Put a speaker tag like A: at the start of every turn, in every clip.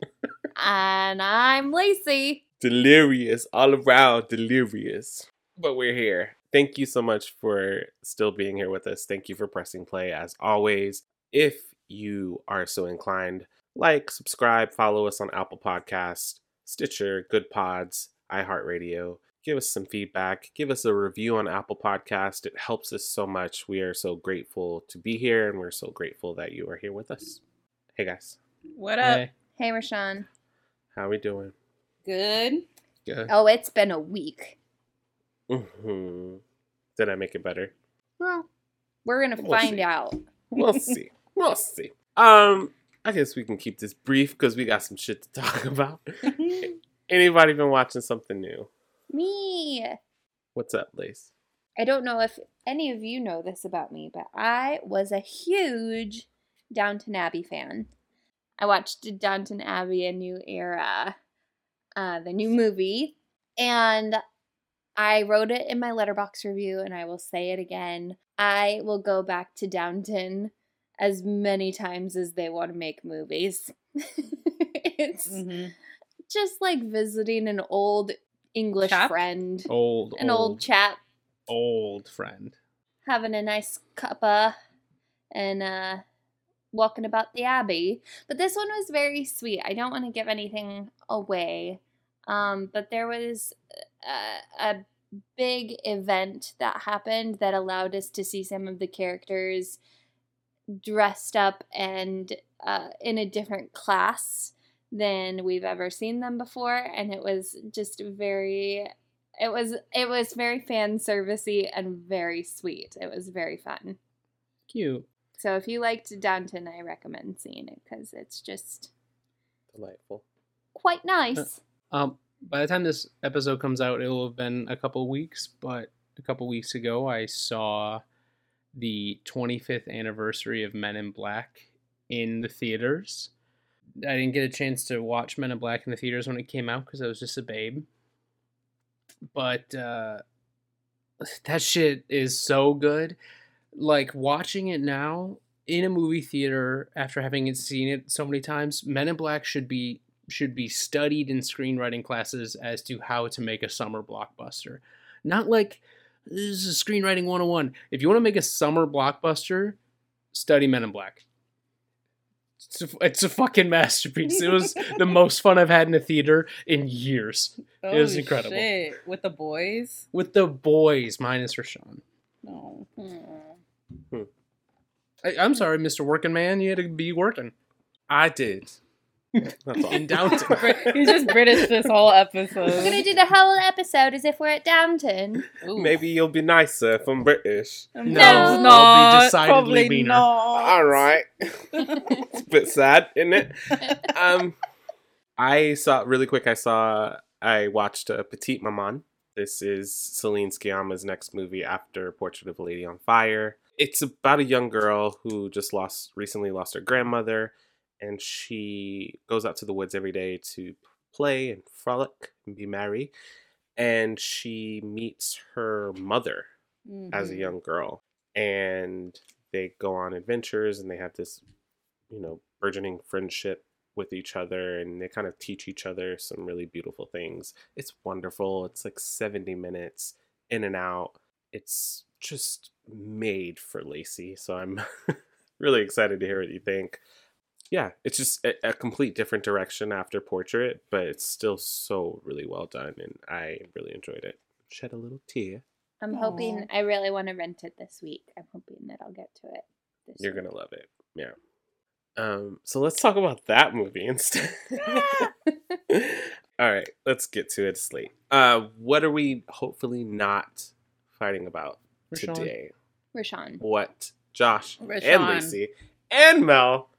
A: And I'm Lacey.
B: Delirious, all around delirious. But we're here. Thank you so much for still being here with us. Thank you for pressing play as always. If you are so inclined, like, subscribe, follow us on Apple Podcasts, Stitcher, Good Pods, iHeartRadio. Give us some feedback. Give us a review on Apple Podcast. It helps us so much. We are so grateful to be here, and we're so grateful that you are here with us. Hey guys,
C: What up?
A: Hey, Rashawn.
B: how we doing?
D: Good.
B: Good.
A: Oh, it's been a week.
B: hmm Did I make it better?
A: Well, we're gonna
B: We'll
A: find
B: see.
A: out.
B: We'll see. We'll see. Um, I guess we can keep this brief because we got some shit to talk about. Anybody been watching something new?
A: Me.
B: What's up, Lace?
A: I don't know if any of you know this about me, but I was a huge Downton Abbey fan. I watched Downton Abbey: A New Era, uh, the new movie, and I wrote it in my letterbox review, and I will say it again. I will go back to Downton as many times as they want to make movies. it's
C: Mhm.
A: just like visiting an old English
C: Chap?
A: friend,
B: Oh.
E: old,
A: an old chap
E: old friend.
A: having a nice cuppa and uh walking about the abbey but this one was very sweet i don't want to give anything away um but there was a, a big event that happened that allowed us to see some of the characters dressed up and uh, in a different class than we've ever seen them before and it was just very it was it was very fan servicey and very sweet. It was very fun.
E: Cute.
A: So if you liked Downton, I recommend seeing it because it's just
B: Delightful.
A: quite nice.
E: Um, by the time this episode comes out, it will have been a couple weeks. But a couple weeks ago, I saw the 25th anniversary of Men in Black in the theaters. I didn't get a chance to watch Men in Black in the theaters when it came out because I was just a babe. But uh, that shit is so good. Like watching it now in a movie theater after having seen it so many times, Men in Black should be should be studied in screenwriting classes as to how to make a summer blockbuster. Not like this is screenwriting 101. If you want to make a summer blockbuster, study Men in Black. It's a, it's a fucking masterpiece. It was the most fun I've had in a theater in years. It was
C: Holy
E: incredible.
C: shit. With the boys?
E: With the boys, minus Rashawn.
C: No.
E: I, I'm sorry, Mr. Working Man. You had to be working.
B: I did. That's all.
E: In Downton.
C: He's just British this whole
A: We're gonna
C: episode.
A: do the whole episode as if we're at Downton.
C: Ooh.
B: Maybe you'll be nicer if I'm British.
C: No,
A: No.
C: it's
E: I'll be
C: not.
E: decidedly
C: Probably
E: meaner.
C: not.
B: All right. it's a bit sad, isn't it? Um, I saw really quick. I saw I watched uh, Petite Maman. This is Celine Sciamma's next movie after Portrait of a Lady on Fire. It's about a young girl who just lost recently lost her grandmother, and she goes out to the woods every day to play and frolic and be merry. And she meets her mother,
C: Mm-hmm.
B: as a young girl and they go on adventures and they have this you know burgeoning friendship with each other and they kind of teach each other some really beautiful things it's wonderful it's like 70 minutes in and out it's just made for lacey so i'm really excited to hear what you think yeah it's just a, a complete different direction after portrait but it's still so really well done and i really enjoyed it shed a little tear
A: I'm
C: Aw.
A: hoping. I really want to rent it this week. I'm hoping that I'll get to it. This
B: You're
A: week.
B: gonna love it. Yeah. Um, so let's talk about that movie instead. All right, let's get to it. It's late. Uh, what are we hopefully not fighting about
E: Rashawn?
B: today?
A: Rashawn.
B: What Josh and
C: Rashawn.
B: Lucy and Mel?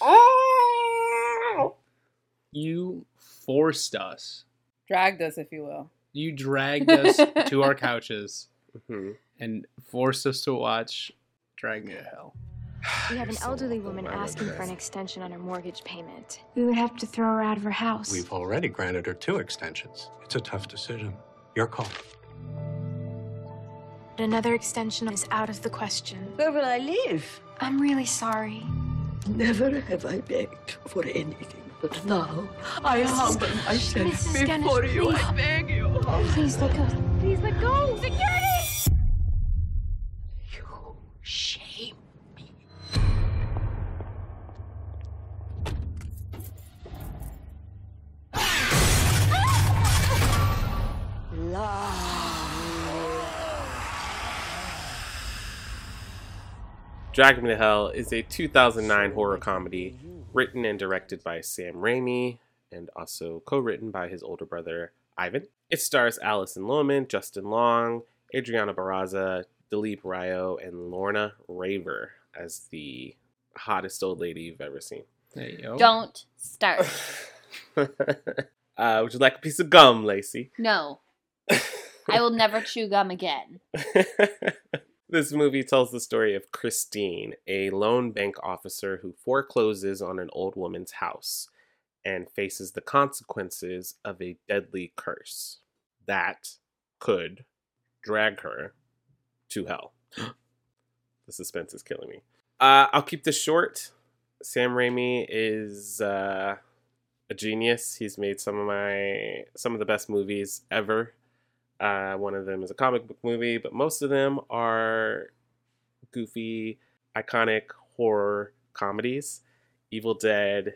B: Oh,
E: You forced us.
C: Dragged us, if you will.
E: You dragged us to our couches
B: Mhm.
E: and forced us to watch Drag Me to Hell.
F: We have an
B: So
F: elderly
B: awful,
F: woman
B: my
F: asking for an
B: goodness.
F: extension on her mortgage payment.
G: We would have to throw her out of her house.
H: We've already granted her two extensions. It's a tough decision. Your call.
G: But Another extension is out of the question.
I: Where will I live?
G: I'm really sorry.
I: Never have I begged for anything, but now I humble myself
G: Mrs. Ganesh,
I: before you.
G: please.
I: I beg you.
G: Please let go.
F: Please let go! Security!
I: You shame me.
B: Drag Me to Hell is a 2009 horror comedy written and directed by Sam Raimi and also co written by his older brother, Ivan. It stars Alison Lohman, Justin Long, Adriana Barraza, Dilip Ryo, and Lorna Raver as the hottest old lady you've ever seen.
E: There you go.
A: Don't start.
B: uh, would you like a piece of gum, Lacey?
A: No. I will never chew gum again.
B: this movie tells the story of Christine, a lone bank officer who forecloses on an old woman's house and faces the consequences of a deadly curse that could drag her to hell. the suspense is killing me. Uh, I'll keep this short. Sam Raimi is uh, a genius. He's made some of my some of the best movies ever. Uh, one of them is a comic book movie, but most of them are goofy, iconic horror comedies. Evil Dead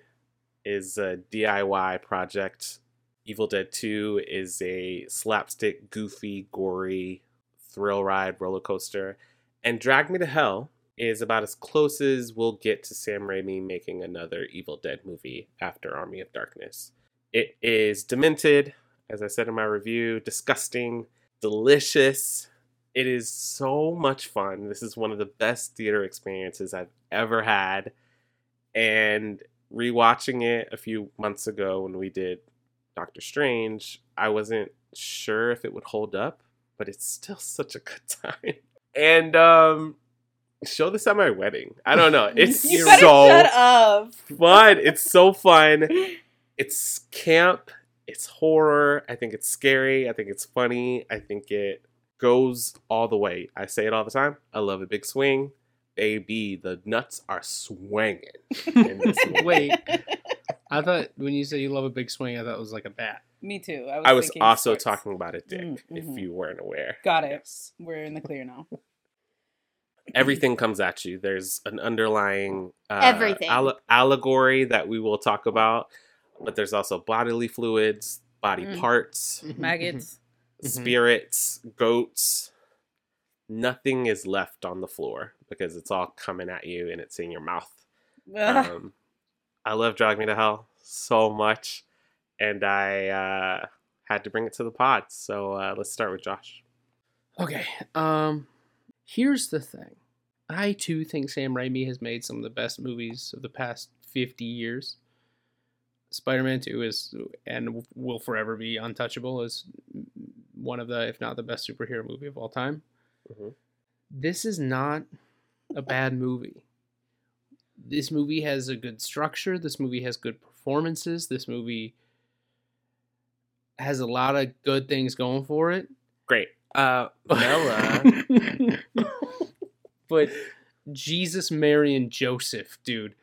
B: is a DIY project. Evil Dead 2 is a slapstick, goofy, gory thrill ride roller coaster. And Drag Me to Hell is about as close as we'll get to Sam Raimi making another Evil Dead movie after Army of Darkness. It is demented, as I said in my review, disgusting, delicious. It is so much fun. This is one of the best theater experiences I've ever had. And rewatching it a few months ago when we did Doctor Strange, I wasn't sure if it would hold up, but it's still such a good time. And um show this at my wedding. I don't know. It's
C: You
B: so
C: better shut up.
B: fun. It's so fun. It's camp. It's horror. I think it's scary. I think it's funny. I think it goes all the way. I say it all the time. I love a big swing. Baby, the nuts are swinging. In this movie.
E: Wait. I thought when you say you love a big swing, I thought it was like a bat.
C: Me too.
B: I was
C: thinking
B: also
C: sports.
B: talking about a dick,
C: Mm, mhm.
B: if you weren't aware.
C: Got it.
B: Yes.
C: We're in the clear now.
B: everything comes at you. There's an underlying uh,
A: Everything.
B: alle- allegory that we will talk about, but there's also bodily fluids, body
C: Mm.
B: parts,
C: Maggots.
E: Mhm.
B: spirits, goats. Nothing is left on the floor because it's all coming at you and it's in your mouth.
C: Ugh.
B: Um, I love Drag Me to Hell so much, and I uh, had to bring it to the pod. So uh, let's start with Josh.
E: Okay. Um, here's the thing. I too think Sam Raimi has made some of the best movies of the past 50 years. Spider-Man 2 is and will forever be untouchable as one of the if not the best superhero movie of all time.
B: Mhm.
E: This is not a bad movie. This movie has a good structure, this movie has good performances, this movie has a lot of good things going for it.
B: Great. Uh, Mela.
E: but Jesus, Mary, and Joseph, dude.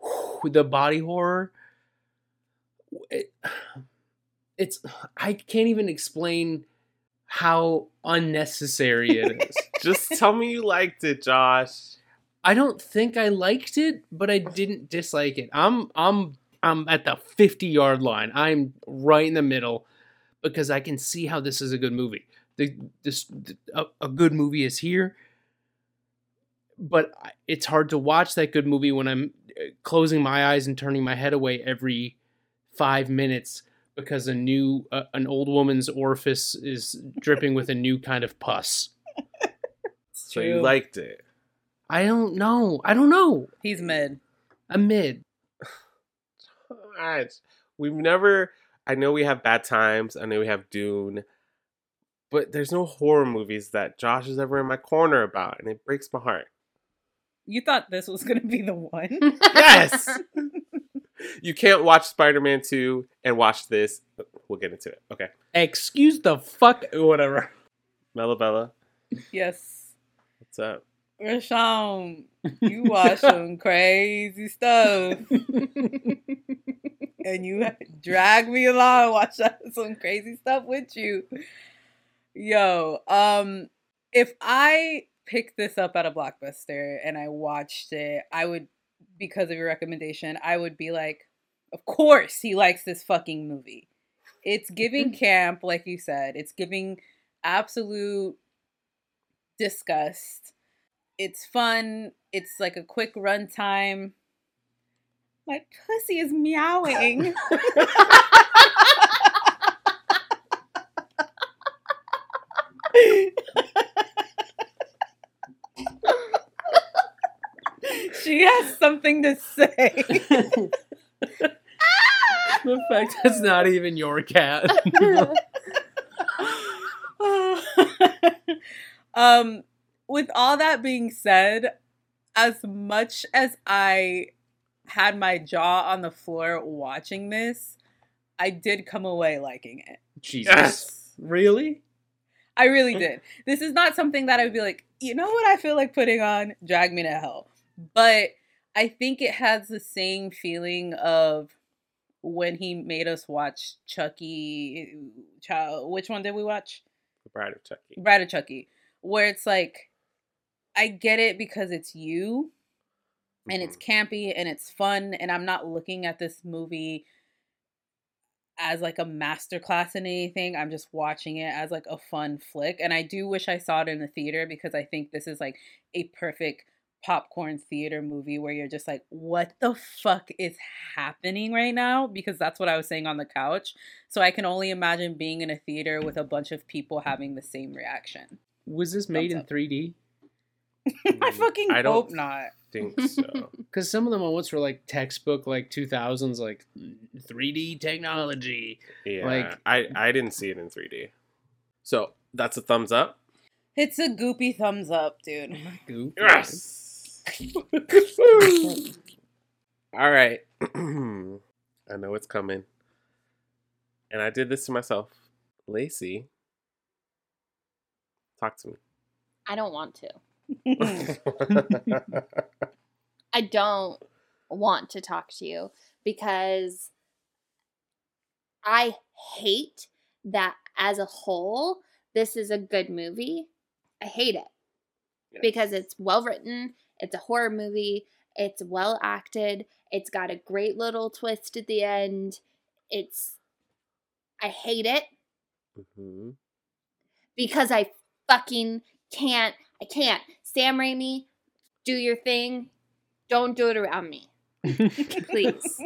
E: Whew, The body horror. it- it's I can't even explain how unnecessary it is.
B: Just tell me you liked it, Josh.
E: I don't think I liked it, but I didn't dislike it. I'm I'm I'm at the 50 yard line. I'm right in the middle because I can see how this is a good movie. The this a, a good movie is here, but I- it's hard to watch that good movie when I'm uh, closing my eyes and turning my head away every five minutes because a new uh, an old woman's orifice is dripping with a new kind of pus.
B: So you liked it.
E: I don't know. I don't know.
C: He's mid.
E: A mid.
B: Alright. We've never. I know we have Bad Times. I know we have Dune. But there's no horror movies that Josh is ever in my corner about, and it breaks my heart.
C: You thought this was gonna be the one?
B: Yes! you can't watch Spider Man 2 and watch this. We'll get into it. Okay.
E: Excuse the fuck. Whatever.
B: Melabella,
C: yes.
B: what's up?
C: Rashawn, you watch some crazy stuff. and you drag me along, watch some crazy stuff with you. Yo, um, if I picked this up at a blockbuster and I watched it, I would, because of your recommendation, I would be like, of course he likes this fucking movie. It's giving camp, like you said. It's giving absolute disgust. It's fun. It's like a quick runtime. My pussy is meowing. she has something to say.
E: The fact that's not even your cat.
C: um, with all that being said, as much as I had my jaw on the floor watching this, I did come away liking it.
E: Jesus. Really?
C: I really did. This is not something that I would be like, you know what I feel like putting on? Drag me to hell. But I think it has the same feeling of when he made us watch Chucky. Child, which one did we watch?
B: The Bride of Chucky.
C: Bride of Chucky, where it's like, I get it because it's you, and it's campy and it's fun, and I'm not looking at this movie as like a masterclass in anything. I'm just watching it as like a fun flick, and I do wish I saw it in the theater because I think this is like a perfect popcorn theater movie where you're just like what the fuck is happening right now because that's what I was saying on the couch so I can only imagine being in a theater with a bunch of people having the same reaction.
E: Was this made in
C: Thumbs up.
E: 3D?
C: I fucking
B: I don't
C: hope not.
B: think so.
E: Because some of the moments were like textbook, like 2000s, like 3D technology.
B: Yeah.
E: Like-
B: I, I didn't see it in 3D. So that's a thumbs up.
C: It's a goopy thumbs up, dude.
E: Goofy.
B: Yes. All right. I know it's coming. And I did this to myself. Lacey, talk to
A: I don't want to.
C: I
B: me.
A: I don't want to talk to you because I hate that as a whole, this is a good movie. I hate it because it's well written, it's a horror movie, it's well acted, it's got a great little twist at the end. It's, I hate it
B: hmm
A: because I fucking can't. I can't. Sam Raimi, do your thing. Don't do it around me. Please.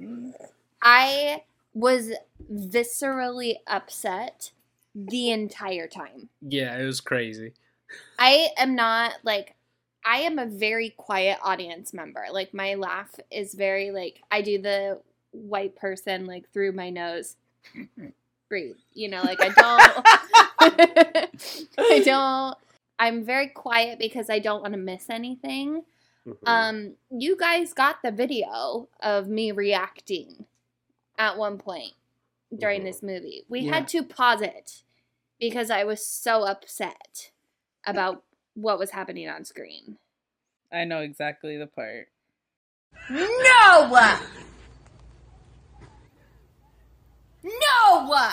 A: I was viscerally upset the entire time.
E: Yeah, it was crazy.
A: I am not like I am a very quiet audience member. Like my laugh is very like I do the white person like through my nose. Breathe. You know, like I don't I don't I'm very quiet because I don't want to miss anything.
B: Mm-hmm.
A: Um you guys got the video of me reacting at one point during
B: Mhm.
A: this movie. We
E: Yeah.
A: had to pause it because I was so upset about what was happening on screen.
C: know exactly the part.
F: No! No!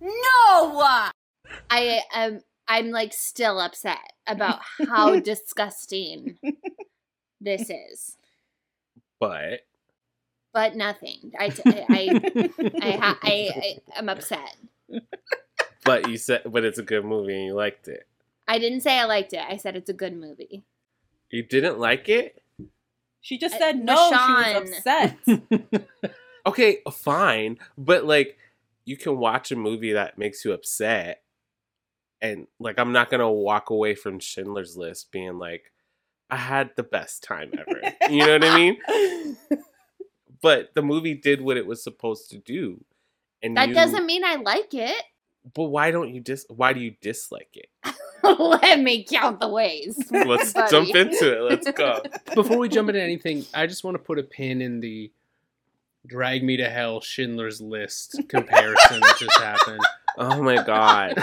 F: No!
A: I am I'm like still upset about how disgusting this is.
B: but
A: But nothing. I I I, I, ha- I, I am upset.
B: but you said but it's a good movie and you liked it.
A: I didn't say I liked it. I said it's a good movie.
B: You didn't like it?
C: She just
A: Uh,
C: said no. She
A: Rashawn.
C: was upset.
B: Okay, fine. But like you can watch a movie that makes you upset and like I'm not gonna walk away from Schindler's List being like, I had the best time ever. you know what I mean? But the movie did what it was supposed to do. And
A: That
B: you-
A: doesn't mean I like it.
B: But why don't you dis why do you dislike it?
A: Let me count the ways.
B: Let's
A: Buddy.
B: jump into it. Let's go.
E: Before we jump into anything, I just want to put a pin in the drag me to hell Schindler's List comparison that just happened.
B: Oh my god.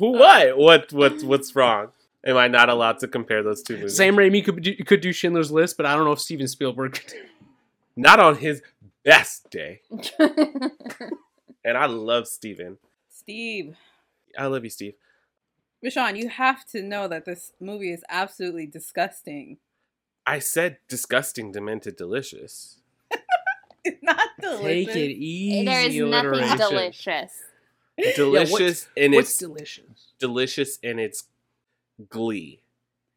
B: Who what? What what what's wrong? Am I not allowed to compare those two movies?
E: Sam Raimi could do, could do Schindler's List, but I don't know if Steven Spielberg could do
B: Not on his best day. And I love Steven.
C: Steve,
B: I love you, Steve.
C: Rashawn, you have to know that this movie is absolutely disgusting.
B: I said disgusting, demented, delicious.
C: It's not
E: Take
C: delicious.
E: it easy.
A: there is nothing
E: alliteration.
A: delicious.
B: Delicious in
E: What's
B: its
E: delicious?
B: delicious in its glee.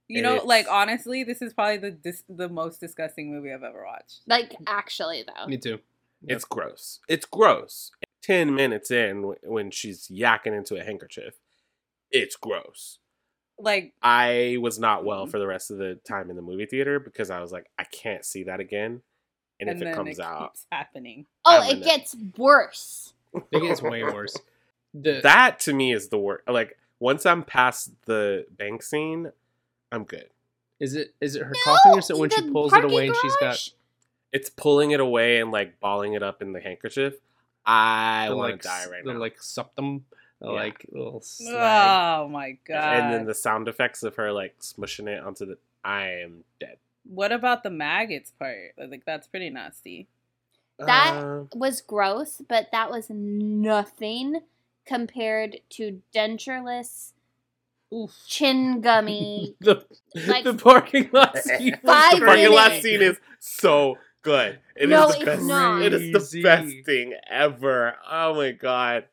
C: You know,
B: It's-
C: like honestly, this is probably the dis- the most disgusting movie I've ever watched.
A: Like actually though.
E: Me too.
B: It's gross. It's gross. Ten minutes in, wh- when she's yakking into a handkerchief, it's gross.
C: Like
B: I was not well for the rest of the time in the movie theater because I was like, I can't see that again. And, if it comes out,
C: keeps happening.
A: Oh,
B: I'm
A: it
B: in it.
A: gets worse.
E: It gets way worse. The,
B: that to me is the worst. Like once I'm past the bank scene, I'm good.
E: is it is it her
A: No,
E: coughing or so when she
A: the
E: pulls it
A: parking
E: away and she's got
A: garage.
B: It's pulling it away and like balling it up in the handkerchief. I
E: the
B: want
E: like
B: to die right
E: the
B: now.
E: like septum, the
B: Yeah.
E: like little slag.
C: Oh my god!
B: and then the sound effects of her like smushing it onto the. I am dead.
C: what about the maggots part? Like that's pretty nasty.
A: That-
B: Uh,
A: was gross, but that was nothing compared to dentureless
C: Oof.
A: chin gummy.
E: the,
A: like-
E: the parking lot scene.
A: Five
B: the parking lot
A: minutes.
B: scene is so good. It is
A: No,
B: the
A: it's
B: best.
A: not.
B: It is the
E: Crazy.
B: best thing ever. Oh my god,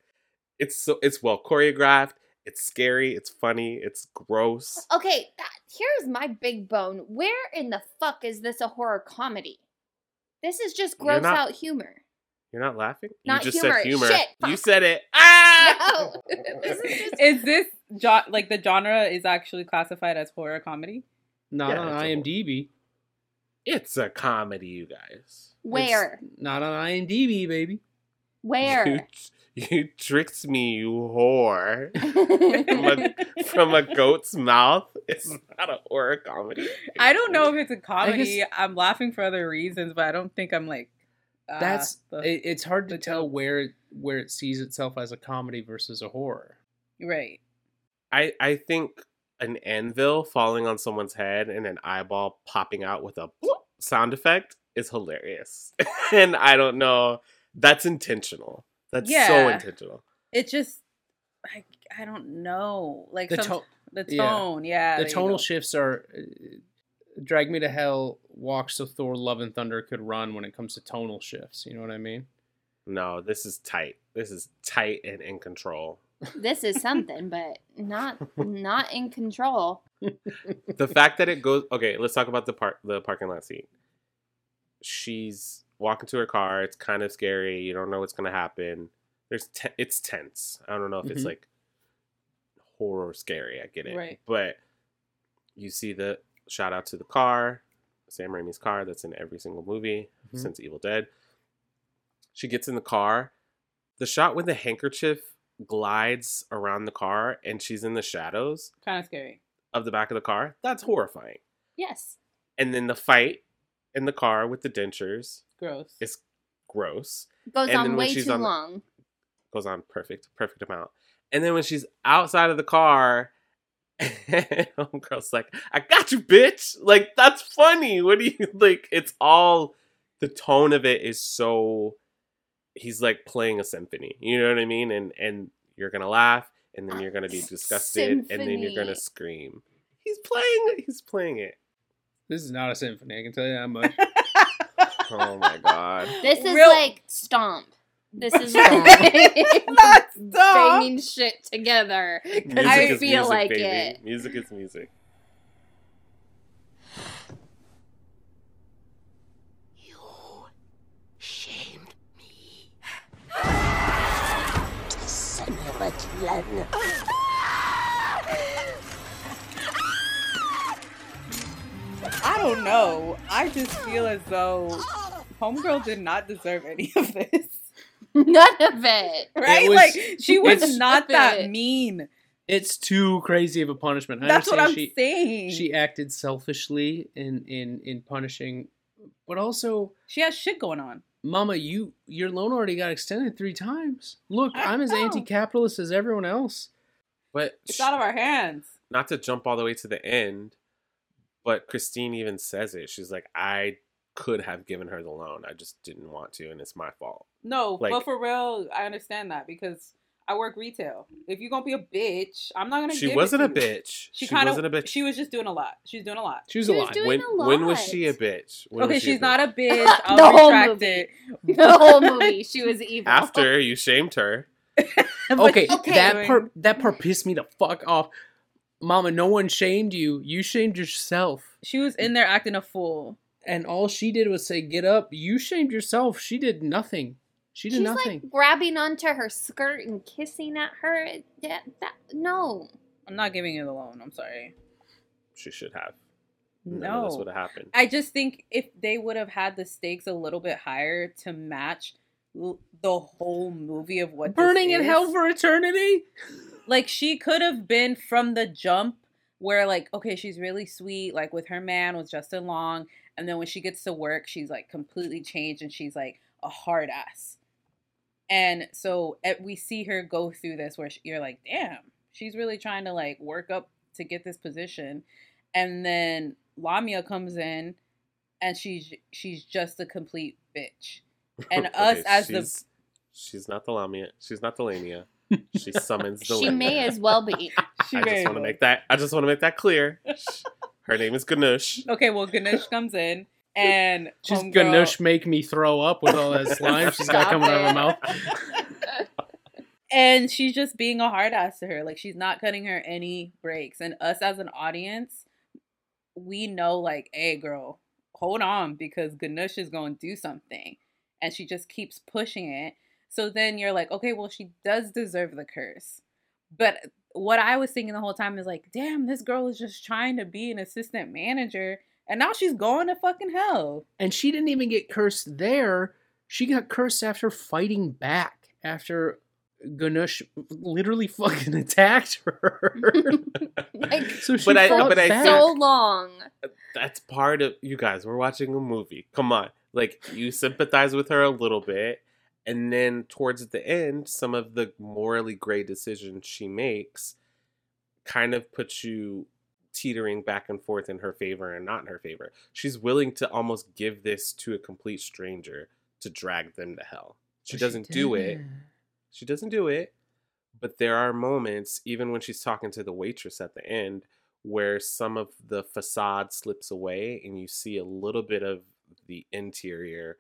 B: it's so it's well choreographed. It's scary. It's funny. It's gross.
A: Okay, that, here's my big bone. Where in the fuck is this a horror comedy? This is just
B: You're
A: gross
B: not-
A: out humor.
B: You're not laughing.
A: Not
B: you just
A: humor.
B: said humor.
A: Shit,
B: you
A: fuck.
B: said it. Ah!
A: No, this is just
C: Is this jo- like the genre is actually classified as horror comedy?
E: Not
B: Yeah, it's a
E: on IMDb.
B: It's a comedy, you guys.
A: where,
E: Not on IMDb, baby.
A: where.
B: You, you tricked me, you whore. From
A: I
B: a, from a goat's mouth. It's not a horror comedy.
C: I don't know if it's a comedy.
E: guess-
C: I'm laughing for other reasons, but I don't think I'm like. uh,
E: That's
C: the-
E: it, it's hard to
C: the
E: tell
C: joke.
E: where it- where it sees itself as a comedy versus a horror.
C: right.
B: I I think an anvil falling on someone's head and an eyeball popping out with a bloop sound effect is hilarious. and I don't know. That's intentional. That's so
C: Yeah.
B: intentional.
C: It just, like, I don't know. Like
E: The
C: some-
E: tone,
C: the
E: yeah.
C: tone, yeah.
E: the
C: there you
E: tonal
C: go.
E: shifts are uh, drag me to hell walks so thor love and thunder could run when it comes to tonal shifts you know what i mean
B: No, this is tight. This is tight and in control.
A: this is something, but not not in control.
B: the fact that it goes okay let's talk about the park the parking lot scene she's walking to her car it's kind of scary you don't know what's going to happen there's te- it's tense i don't know if it's
E: Mhm.
B: like horror scary i get it
C: Right.
B: but you see the shout out to the car sam raimi's car that's in every single movie
E: Mhm.
B: since evil dead she gets in the car the shot when the handkerchief glides around the car and she's in the shadows
C: Kind of scary.
B: of the back of the car that's horrifying
A: Yes.
B: and then the fight in the car with the dentures
C: Gross.
B: It's- gross
A: Goes
B: And then
A: on
B: when
A: way
B: she's
A: too
B: on the-
A: long.
B: goes on perfect perfect amount and then when she's outside of the car homegirl's like i got you bitch like that's funny what do you like it's all the tone of it is so he's like playing a symphony you know what i mean and and you're gonna laugh and then you're gonna be disgusted and then you're
A: Uh, Symphony.
B: gonna scream he's playing he's playing it
E: this is not a symphony i can tell you that much
B: oh my god
A: This is
C: Real-
A: like stomp. This is not
C: stop.
A: banging shit together. 'cause
B: Music
A: I
B: is
A: feel
B: music,
A: like
B: baby.
A: it.
B: Music is music.
I: Shamed me. Son of a gun.
C: I don't know. I just feel as though Homegirl did not deserve any of this.
A: None of it.
C: Right?
E: was-
C: like she was
E: it's-
C: not that
A: Stupid.
C: mean.
E: It's too crazy of a punishment. I
C: That's what
E: understand
C: I'm
E: she,
C: saying.
E: She
C: She,
E: acted selfishly in in in punishing, but also,
C: has shit going on.
E: Mama, you your loan already got extended three times. Look,
C: I
E: I'm as
C: know.
E: anti-capitalist as everyone else.
B: But
C: It's out of our hands.
B: not to jump all the way to the end, but Christine even says it. She's like, I could have given her the loan. I just didn't want to, and it's my fault.
C: No, but
B: Like-
C: for real, I understand that because I work retail. If you're gonna be a bitch, I'm not gonna. give
B: She
C: it
B: wasn't
C: to
B: a
C: you.
B: bitch.
C: She,
B: She,
C: kind
B: wasn't a
C: of.
B: bitch.
C: She was just doing a lot. She was doing a lot.
E: She was
A: She
E: a
A: was
E: lot.
A: doing
B: when,
A: a
B: when was
A: lot.
B: she a bitch? When
C: okay,
B: was she
C: she's
B: bitch?
C: not a bitch. I'll
A: The whole
C: retract
A: movie.
C: it.
A: The whole movie, she was evil.
B: After you shamed her,
C: But
E: Okay,
C: she kept
E: that
C: doing-
E: part that part pissed me the fuck off. Mama, no one shamed you. You shamed yourself.
C: She was in there acting a fool.
E: And all she did was say, "Get up." You shamed yourself. She did nothing. She did
A: She's
E: nothing.
A: like grabbing onto her skirt and kissing at her. Yeah, that, no.
C: I'm not giving it alone. I'm sorry.
B: she should have. None of this would
C: No.
B: have happened.
C: I just think if they would have had the stakes a little bit higher to match l- the whole movie of what this
E: Burning in
C: is,
E: hell for eternity.
C: like she could have been from the jump where like okay she's really sweet like with her man with justin long and then when she gets to work she's like completely changed and she's like a hard ass and so eh, we see her go through this where she, you're like damn she's really trying to like work up to get this position and then lamia comes in and she's she's just a complete bitch and us as the-
B: she's, She's not the Lamia. She's not the Lamia. She summons the
A: She may
B: Lamia.
A: as well be.
C: she
B: I
C: very
B: just want to
C: well-
B: make that. I just want to make that clear. Her name is Ganush.
C: okay well ganesh comes in and
E: She's
C: homegirl-
E: gonna sh- make me throw up with all that slime she's got
A: Stop
E: coming out of her
A: it.
E: mouth.
C: and she's just being a hard ass to her like she's not cutting her any breaks and us as an audience we know like hey girl hold on because ganush is going to do something and she just keeps pushing it so then you're like okay well she does deserve the curse but what i was thinking the whole time is like damn this girl is just trying to be an assistant manager and now she's going to fucking hell
E: And she didn't even get cursed there. She got cursed after fighting back. After Ganush literally fucking attacked her.
A: Like,
E: so she
B: But I-
E: fought
B: but I
E: back.
A: so long.
B: That's part of you guys. We're watching a movie. Come on, like you sympathize with her a little bit, and then towards the end, some of the morally gray decisions she makes kind of puts you teetering back and forth in her favor and not in her favor. She's willing to almost give this to a complete stranger to drag them to hell. She
E: But
B: doesn't do it.
E: didn't.
B: She doesn't do it, but there are moments, even when she's talking to the waitress at the end, where some of the facade slips away and you see a little bit of the interior,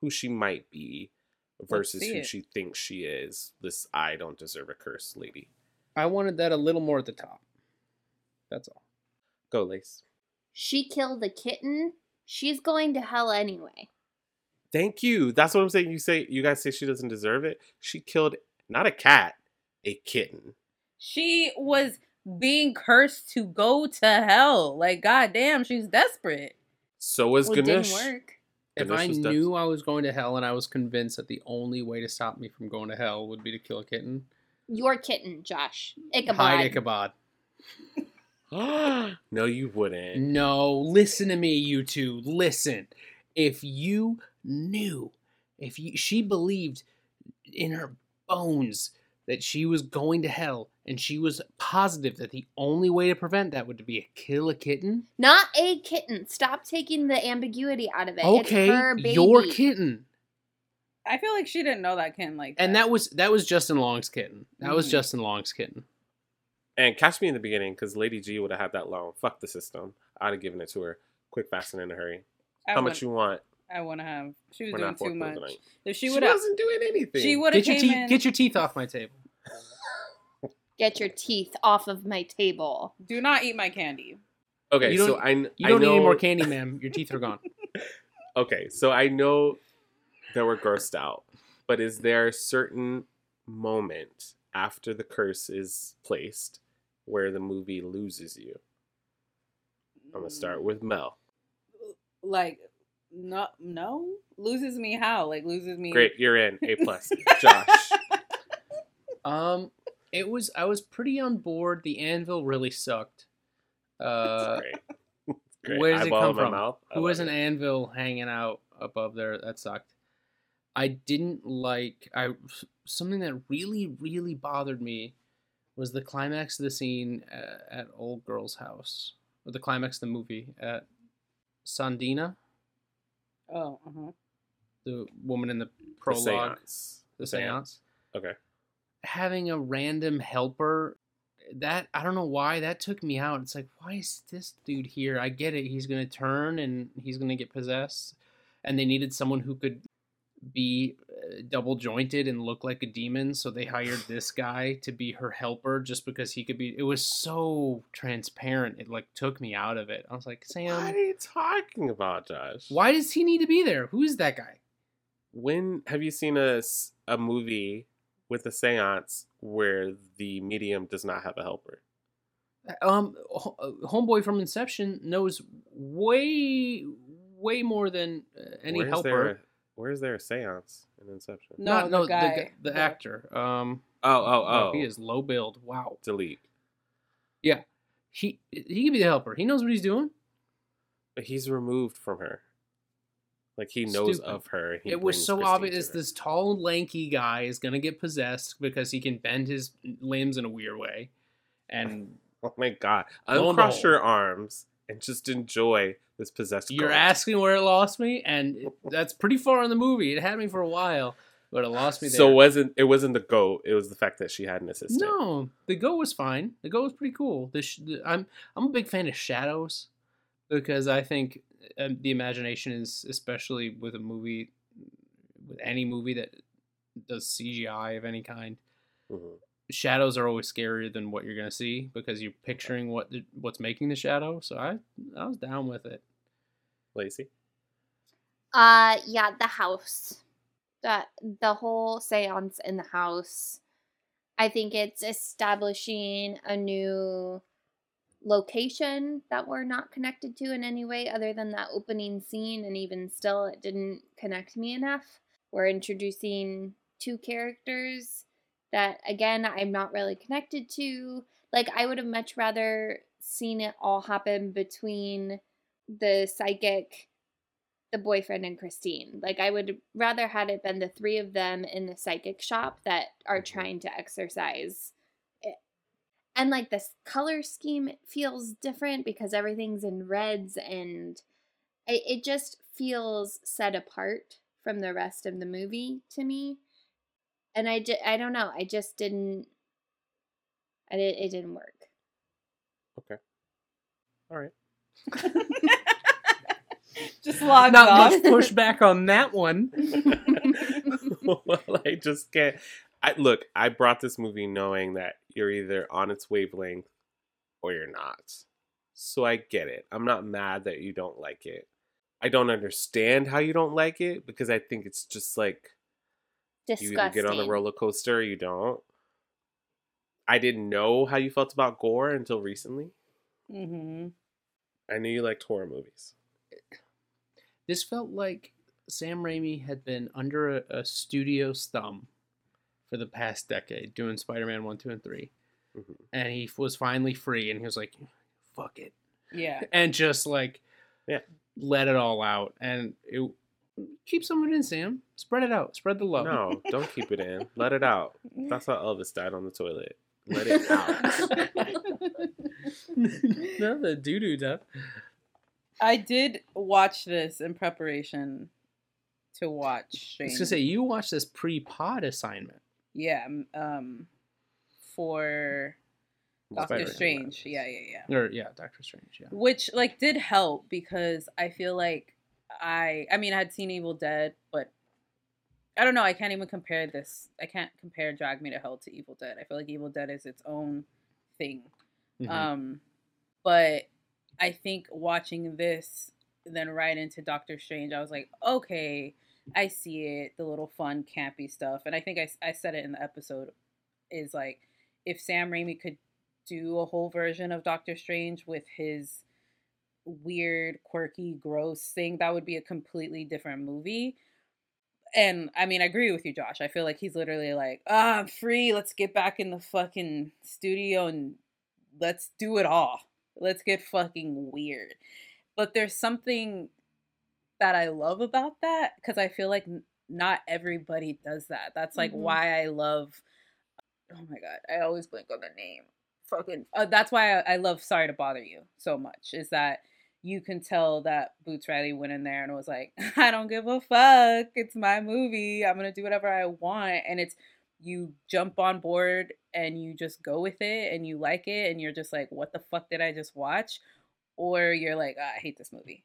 B: who she might be versus
C: see
B: who
C: it.
B: she thinks she is. This I don't deserve a curse lady.
E: I wanted that a little more at the top. That's all.
B: Go, Lace.
A: She killed a kitten. She's going to hell anyway.
B: Thank you. That's what I'm saying. You say you guys say she doesn't deserve it. She killed not a cat, a kitten.
C: she was being cursed to go to hell like goddamn she's desperate
B: So was
A: Well, it didn't
B: Ganesh.
A: work.
E: If
B: Ganesh
E: I
B: was dead.
E: knew I was going to hell and I was convinced that the only way to stop me from going to hell would be to kill a kitten,
A: Your kitten, Josh. Ichabod.
E: hide Ichabod.
B: no, you wouldn't.
E: No, listen to me, you two. Listen. If you knew, if you, she believed in her bones that she was going to hell, and she was positive that the only way to prevent that would be to kill a kitten.
A: Not a kitten. Stop taking the ambiguity out of it.
E: Okay,
A: it's her baby.
E: your kitten,
C: I feel like she didn't know that Ken like
E: and that was that was Justin Long's kitten. That was
C: Mm.
E: Justin Long's kitten.
B: And catch me in the beginning because Lady G would have had that loan. Fuck the system. I'd have given it to her quick, fast, and in a hurry.
C: I
B: How
C: wouldn't-
B: much you want?
C: I want to have. She was
B: We're
C: doing
B: not
C: too
B: forkful
C: much.
B: tonight.
C: If she
B: She
C: would have,
B: wasn't doing anything.
C: she would have
E: Get your,
C: came
E: teeth,
C: in.
E: get your teeth off my table.
A: Get your teeth off of my table.
C: Do not eat my candy.
B: Okay,
E: You
B: so
E: don't-
B: I kn-
E: You
B: I
E: don't need any
B: know-
E: more candy, ma'am. Your teeth are gone.
B: Okay, so I know that we're grossed out, but is there a certain moment after the curse is placed where the movie loses you? I'm gonna start with Mel.
C: Like, no, no, loses me how? Like loses me.
B: Great, you're in. A plus. Josh.
E: Um, it was I was pretty on board. The anvil really sucked. Uh,
B: Great. Great.
E: where does it
B: Eyeball
E: come
B: in my
E: from?
B: mouth. I
E: Who
B: love
E: was an
B: it.
E: anvil hanging out above there? That sucked. I didn't like I something that really really bothered me was the climax of the scene at, at old girl's house or the climax of the movie at Sandina,
C: Oh, uh-huh.
E: the woman in the
B: The
E: prologue,
B: seance.
E: the
B: Seance.
E: seance.
B: Okay.
E: having a random helper that I don't know why that took me out. It's like, why is this dude here? I get it. He's going to turn and he's going to get possessed. And they needed someone who could be uh, double jointed and look like a demon. So they hired this guy to be her helper just because he could be. It was so transparent. It like took me out of it. I was like,
B: What
E: Sam,
B: are you talking about, Josh?
E: why does he need to be there? Who is that guy?
B: when have you seen a, s- a movie with a seance where the medium does not have a helper
E: um Ho- uh, homeboy from inception knows way way more than uh, any
B: Where's
E: helper
B: there a- where's there a seance in inception
C: No,
E: Not-
C: the guy.
E: gu- the,
C: The-
E: actor um
B: oh oh oh
E: he is low build wow
B: delete
E: he he could be the helper he knows what he's doing
B: but he's removed from her like he knows
E: Stupid.
B: of her he
E: it was
B: brings
E: so
B: Christine
E: obvious
B: to her.
E: this tall lanky guy is gonna get possessed because he can bend his limbs in a weird way and
B: oh my god
E: Lo and
B: uncross your
E: behold.
B: arms and just enjoy this possessed
E: you're
B: girl.
E: asking where it lost me and it- that's pretty far in the movie it had me for a while but it lost me there
B: so wasn't it wasn't the goat it was the fact that she had an assistant
E: No, the go was fine. The go was pretty cool. The sh- the, I'm I'm a big fan of shadows because I think um, the imagination is especially with a movie with any movie that does CGI of any kind.
B: Mhm.
E: Shadows are always scarier than what you're gonna see because you're picturing what the, what's making the shadow. So I I was down with it.
B: lacey
A: Uh yeah, the house. That the whole séance in the house. I think it's establishing a new location that we're not connected to in any way other than that opening scene and even still it didn't connect me enough. We're introducing two characters that again I'm not really connected to. Like I would have much rather seen it all happen between the psychic the boyfriend and Christine. Like I would rather had it been the three of them in the psychic shop that are
B: Mhm.
A: trying to exercise. it. And like this color scheme feels different because everything's in reds and it, it just feels set apart from the rest of the movie to me. And I, ju- I don't know. I just didn't. I did, it didn't work.
B: all right
C: Just logged
E: Not
C: off.
E: much pushback on that one.
B: well, I just can't. I look. I brought this movie knowing that you're either on its wavelength or you're not. So I get it. I'm not mad that you don't like it. I don't understand how you don't like it because I think it's just like you either
A: Disgusting.
B: get on the roller coaster or you don't. I didn't know how you felt about gore until recently.
C: hmm
B: I knew you liked horror movies.
E: This felt like Sam Raimi had been under a, a studio's thumb for the past decade doing Spider Man 1, 2, and 3.
B: Mhm.
E: And he f- was finally free and he was like, fuck it.
C: Yeah.
E: And just like,
B: Yeah.
E: let it all out. And it keep some of it in, Sam. Spread it out. Spread the love.
B: No, don't keep it in. Let it out. That's how Elvis died on the toilet. Let it out.
E: no, the doo doo stuff.
C: I did watch this in preparation to watch.
E: I
C: Shane.
E: was going to say, you watched this pre pod assignment.
C: yeah, m- um, for Doctor
E: Spider-Man.
C: Strange. Yeah, yeah, yeah.
E: Or, yeah, Doctor Strange. Yeah.
C: Which like did help because I feel like I I mean I had seen Evil Dead, but I don't know, I can't even compare this. I can't compare Drag Me to Hell to Evil Dead. I feel like Evil Dead is its own thing.
E: Mhm.
C: Um but I think watching this then right into Doctor Strange, I was like, okay, I see it, the little fun campy stuff. And I think I, I said it in the episode is like if Sam Raimi could do a whole version of Doctor Strange with his weird, quirky, gross thing, that would be a completely different movie. And I mean, I agree with you, Josh. I feel like he's literally like, ah, I'm free. Let's get back in the fucking studio and let's do it all. Let's get fucking weird. But there's something that I love about that because I feel like n- not everybody does that. That's like
F: Mhm.
C: why I love. Oh my god, I always blank on the name. Fucking. Uh, that's why I, I love Sorry to Bother You so much. Is that you can tell that Boots Riley went in there and was like, I don't give a fuck. It's my movie. I'm going to do whatever I want. And it's, you jump on board and you just go with it and you like it and you're just like, what the fuck did I just watch? Or you're like, "Ah, I hate this movie.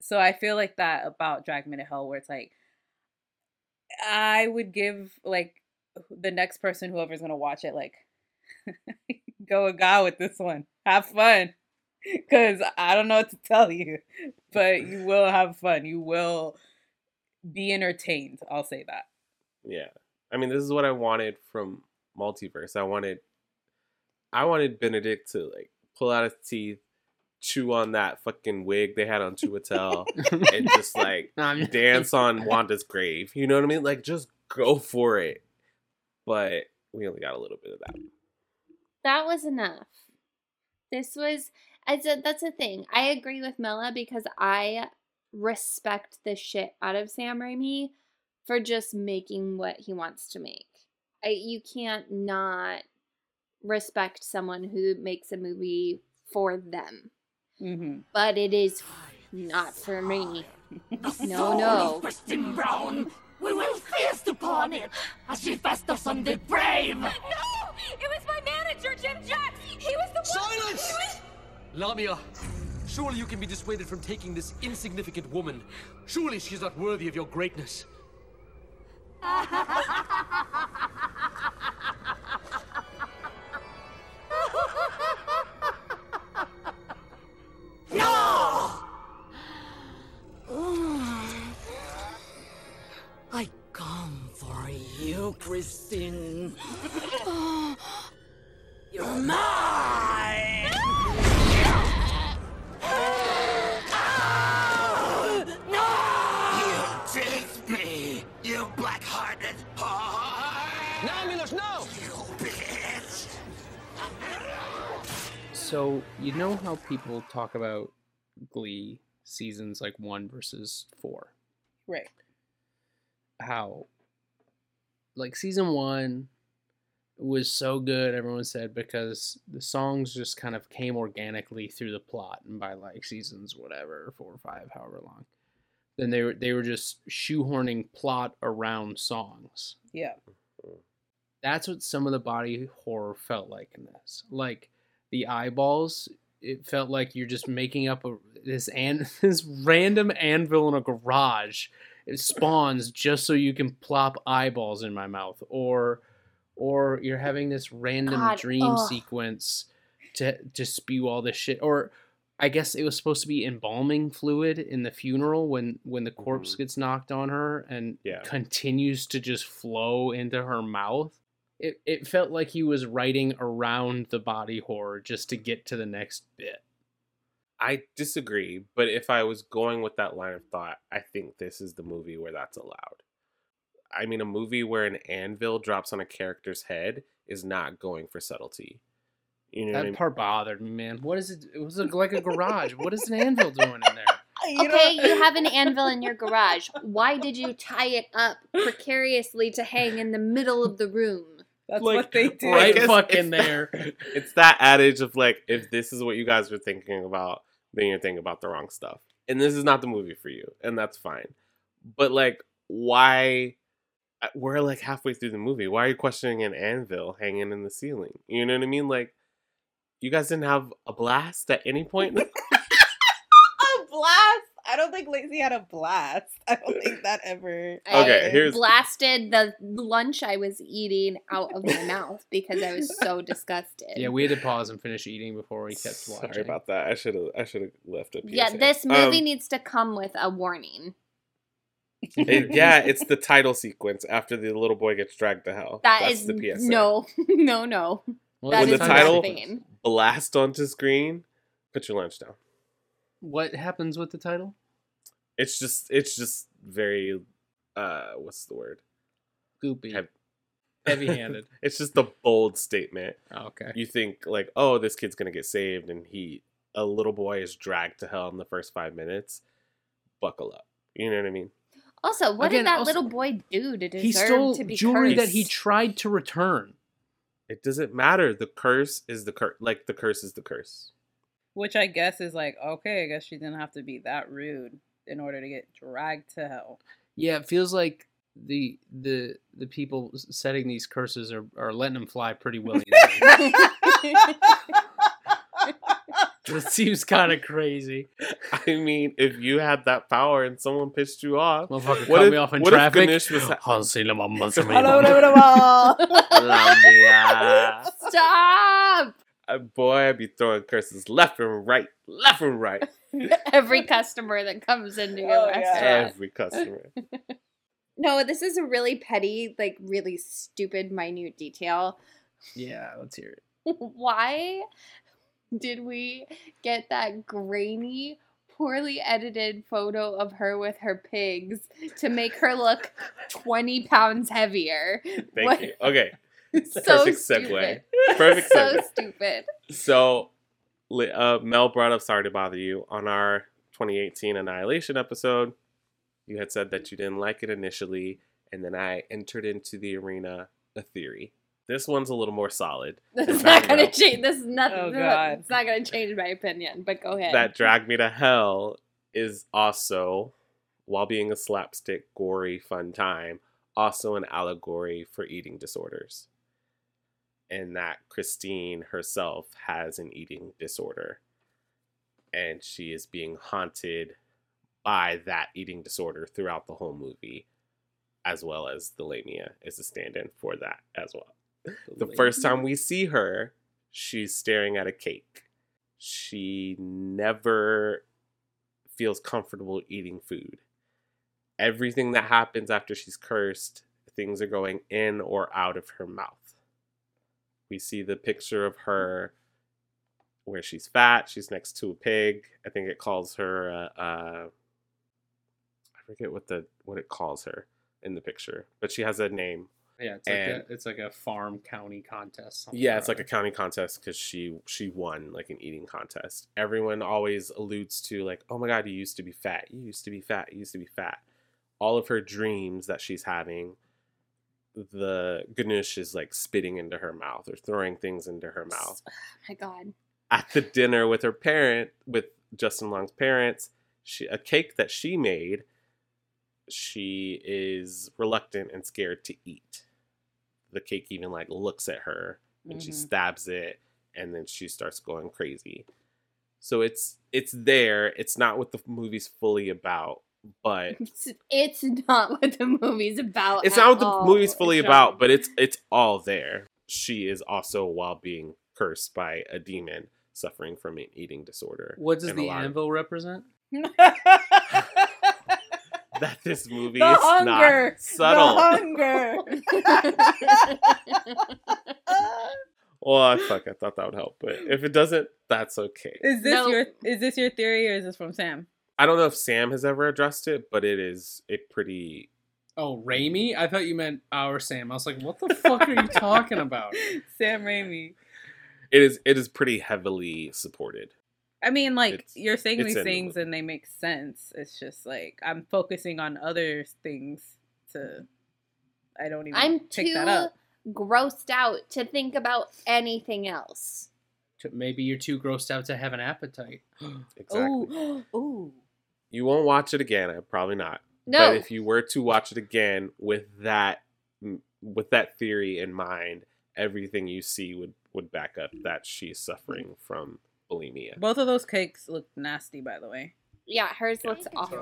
C: So I feel like that about Drag Me to Hell, where it's like, I would give like the next person, whoever's going to watch it, like, go a god with this one. Have fun. Because I don't know what to tell you, but you will have fun. You will be entertained. I'll say that.
B: Yeah. I mean, this is what I wanted from Multiverse. I wanted I wanted Benedict to like pull out his teeth, chew on that fucking wig they had on Chiwetel, and just like dance on Wanda's grave. You know what I mean? Like just go for it. But we only got a little bit of that.
A: that was enough. This was as a, that's the thing. I agree with Mela because I respect the shit out of Sam Raimi for just making what he wants to make. I, you can't not respect someone who makes a movie for them.
C: Mm-hmm.
A: But it is not for me.
J: Ah,
A: No, no.
J: Christian Brown. We will feast upon it as she fests us on the brave.
F: No! It was my manager, Jim Jacks! He was the one!
K: Silence! Lamia, surely you can be dissuaded from taking this insignificant woman. Surely she is not worthy of your greatness.
J: No! I come for you, Christine. You're mine! No! You tease me, you black-hearted whore! No, Milos, no! You bitch!
E: So you know how people talk about Glee seasons like one versus four.
C: Right.
E: How like season one was so good, everyone said, because the songs just kind of came organically through the plot and by like seasons whatever, four or five, however long. Then they were they were just shoehorning plot around songs
C: Yeah.
E: that's what some of the body horror felt like in this. Like the eyeballs, it felt like you're just making up a this an this random anvil in a garage. It spawns just so you can plop eyeballs in my mouth, or or you're having this random
A: God,
E: dream
A: ugh.
E: sequence to to spew all this shit. Or I guess it was supposed to be embalming fluid in the funeral when when the corpse gets knocked on her and
B: Mm-hmm. Yeah.
E: continues to just flow into her mouth. It it felt like he was writing around the body horror just to get to the next bit.
B: I disagree, but if I was going with that line of thought, I think this is the movie where that's allowed. I mean, a movie where an anvil drops on a character's head is not going for subtlety. You know what I mean?
E: That part bothered me, man. What is it? It was like a garage. what is an anvil doing in there?
A: okay, you have an anvil in your garage. Why did you tie it up precariously to hang in the middle of the room?
C: That's
B: Like,
C: what they do.
B: Well, I
E: Right
B: guess
E: fucking
B: it's
E: there.
B: It's that adage of like, if this is what you guys were thinking about, then you're thinking about the wrong stuff. And this is not the movie for you, and that's fine. But like, why? I- We're like halfway through the movie. Why are you questioning an anvil hanging in the ceiling? You know what I mean? Like, you guys didn't have a blast at any point.
C: a blast. I don't think Lacey had a blast. I don't think that ever.
A: I
B: Okay, here's-
A: blasted the lunch I was eating out of my mouth because I was so disgusted.
E: Yeah, we had to pause and finish eating before we kept watching.
B: Sorry about that. I should have. I should have left a. PSA.
A: yeah, this movie
B: Um,
A: needs to come with a warning.
B: it- yeah, it's the title sequence after the little boy gets dragged to hell.
A: That
B: That's
A: is
B: the PSA.
A: no, no, no.
B: Well,
A: That
B: when
A: is
B: the title-
A: nothing.
B: Blast onto screen. Put your lunch down.
E: What happens with the title?
B: It's just. It's just very. Uh, what's the word?
E: Goopy.
B: Heavy-handed. it's just a bold statement.
E: Oh,
B: Okay. You think like, oh, this kid's gonna get saved, and he, a little boy, is dragged to hell in the first five minutes. Buckle up. You know what I mean?
A: Also, what
E: Again,
A: did that
E: also-
A: little boy do to deserve
E: He stole
A: to be
E: jewelry
A: cursed?
E: that he tried to return.
B: It doesn't matter. The curse is the curse. Like the curse is the curse.
C: Which I guess is like, okay, I guess she didn't have to be that rude in order to get dragged to hell.
E: Yeah, it feels like the the the people s- setting these curses are, are letting them fly pretty willy nilly. it seems kind of crazy.
B: I mean, if you had that power and someone pissed you off,
E: Motherfucker cut me off in traffic.
B: Ganesh was ha-
A: Stop!
B: Uh, Boy, I'd be throwing curses left and right, left and right.
A: Every customer that comes into
E: Oh,
A: your restaurant.
B: Every customer.
A: No, this is a really petty, like really stupid, minute detail.
E: Yeah, let's hear it.
A: Why did we get that grainy, poorly edited photo of her with her pigs to make her look 20 pounds heavier?
B: Thank
A: What-
B: you. Okay.
A: So
B: Perfect segue.
A: stupid.
B: Perfect
A: so
B: segue.
A: stupid.
B: So, li- uh, Mel brought up "Sorry to Bother You" on our 2018 Annihilation episode. You had said that you didn't like it initially, and then I entered into the arena a theory. This one's a little more solid.
A: This
B: It's
A: is not gonna change. This is not.
C: Oh, God.
A: It's not gonna change my opinion. But go ahead.
B: That drag me to hell is also, while being a slapstick, gory, fun time, also an allegory for eating disorders. And that Christine herself has an eating disorder. And she is being haunted by that eating disorder throughout the whole movie, as well as the lamia is a stand in for that as well. The first time we see her, she's staring at a cake. She never feels comfortable eating food. Everything that happens after she's cursed, things are going in or out of her mouth. We see the picture of her where she's fat, she's next to a pig. I think it calls her uh, uh I forget what the what it calls her in the picture, but she has a name.
E: Yeah, it's like,
B: And-
E: a, it's like a farm county contest. something
B: yeah,
E: or
B: it's like a
E: other.
B: county contest because she she won like an eating contest. Everyone always alludes to like, oh my god, you used to be fat. You used to be fat. You used to be fat. All of her dreams that she's having, the Ganesh is like spitting into her mouth or throwing things into her mouth.
A: oh my God.
B: At the dinner with her parent, with Justin Long's parents, she a cake that she made. She is reluctant and scared to eat. The cake even like looks at her
C: Mm-hmm.
B: and she
L: Mhm.
B: stabs it and then she starts going crazy so it's it's there it's not what the movie's fully about but
A: It's, it's not what the movie's about.
B: it's
A: at
B: not what the
A: all.
B: movie's fully
A: It's
B: about
A: wrong.
B: but it's it's all there she is also while being cursed by a demon suffering from an eating disorder
E: What does
B: and a
E: the
B: lot of-
E: anvil represent?
B: that this movie
E: The
B: is
E: hunger!
B: not subtle
E: The
B: well I- fuck i thought that would help but if it doesn't that's okay
C: Is this your is this your theory or is this from Sam?
B: i don't know if sam has ever addressed it but it is a pretty
E: Oh, Raimi? I thought you meant our Sam. I was like, what the fuck are you talking about?
C: Sam Raimi.
B: it is it is pretty heavily supported
C: I mean, like
B: It's-
C: you're saying
B: it's
C: these
B: in the
C: things and they make sense. It's just like I'm focusing on other things to. I don't even
A: I'm
C: pick
A: too
C: that up.
A: grossed out to think about anything else.
E: T- Maybe you're too grossed out to have an appetite.
B: Exactly.
A: Ooh, ooh.
B: You won't watch it again. I probably not.
A: No.
B: But if you were to watch it again with that mm, with that theory in mind, everything you see would would back up that she's suffering from bulimia.
C: Both of those cakes look nasty, by the way.
A: Yeah, hers looks awful.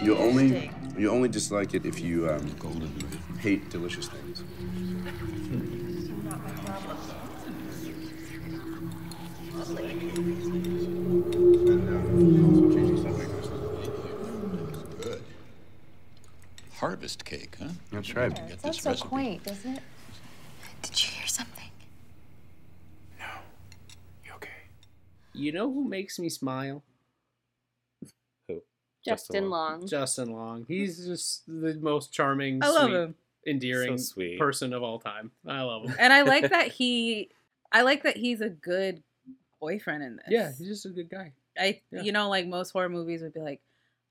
L: You only you only dislike it if you um, hate delicious things.
H: Harvest cake, huh?
L: That's right.
H: That's so recipe.
M: quaint, doesn't it?
J: Did you hear something?
E: You know who makes me smile?
B: Who?
A: Justin Justin Long. Long.
E: Justin Long. He's just the most charming,
C: Hmm? I love
E: sweet,
C: him.
E: endearing
B: So sweet.
E: person of all time. I love him.
C: And I like that he, I like that he's a good boyfriend in this.
E: Yeah, he's just a good guy.
C: I,
E: Yeah.
C: you know, like most horror movies would be like,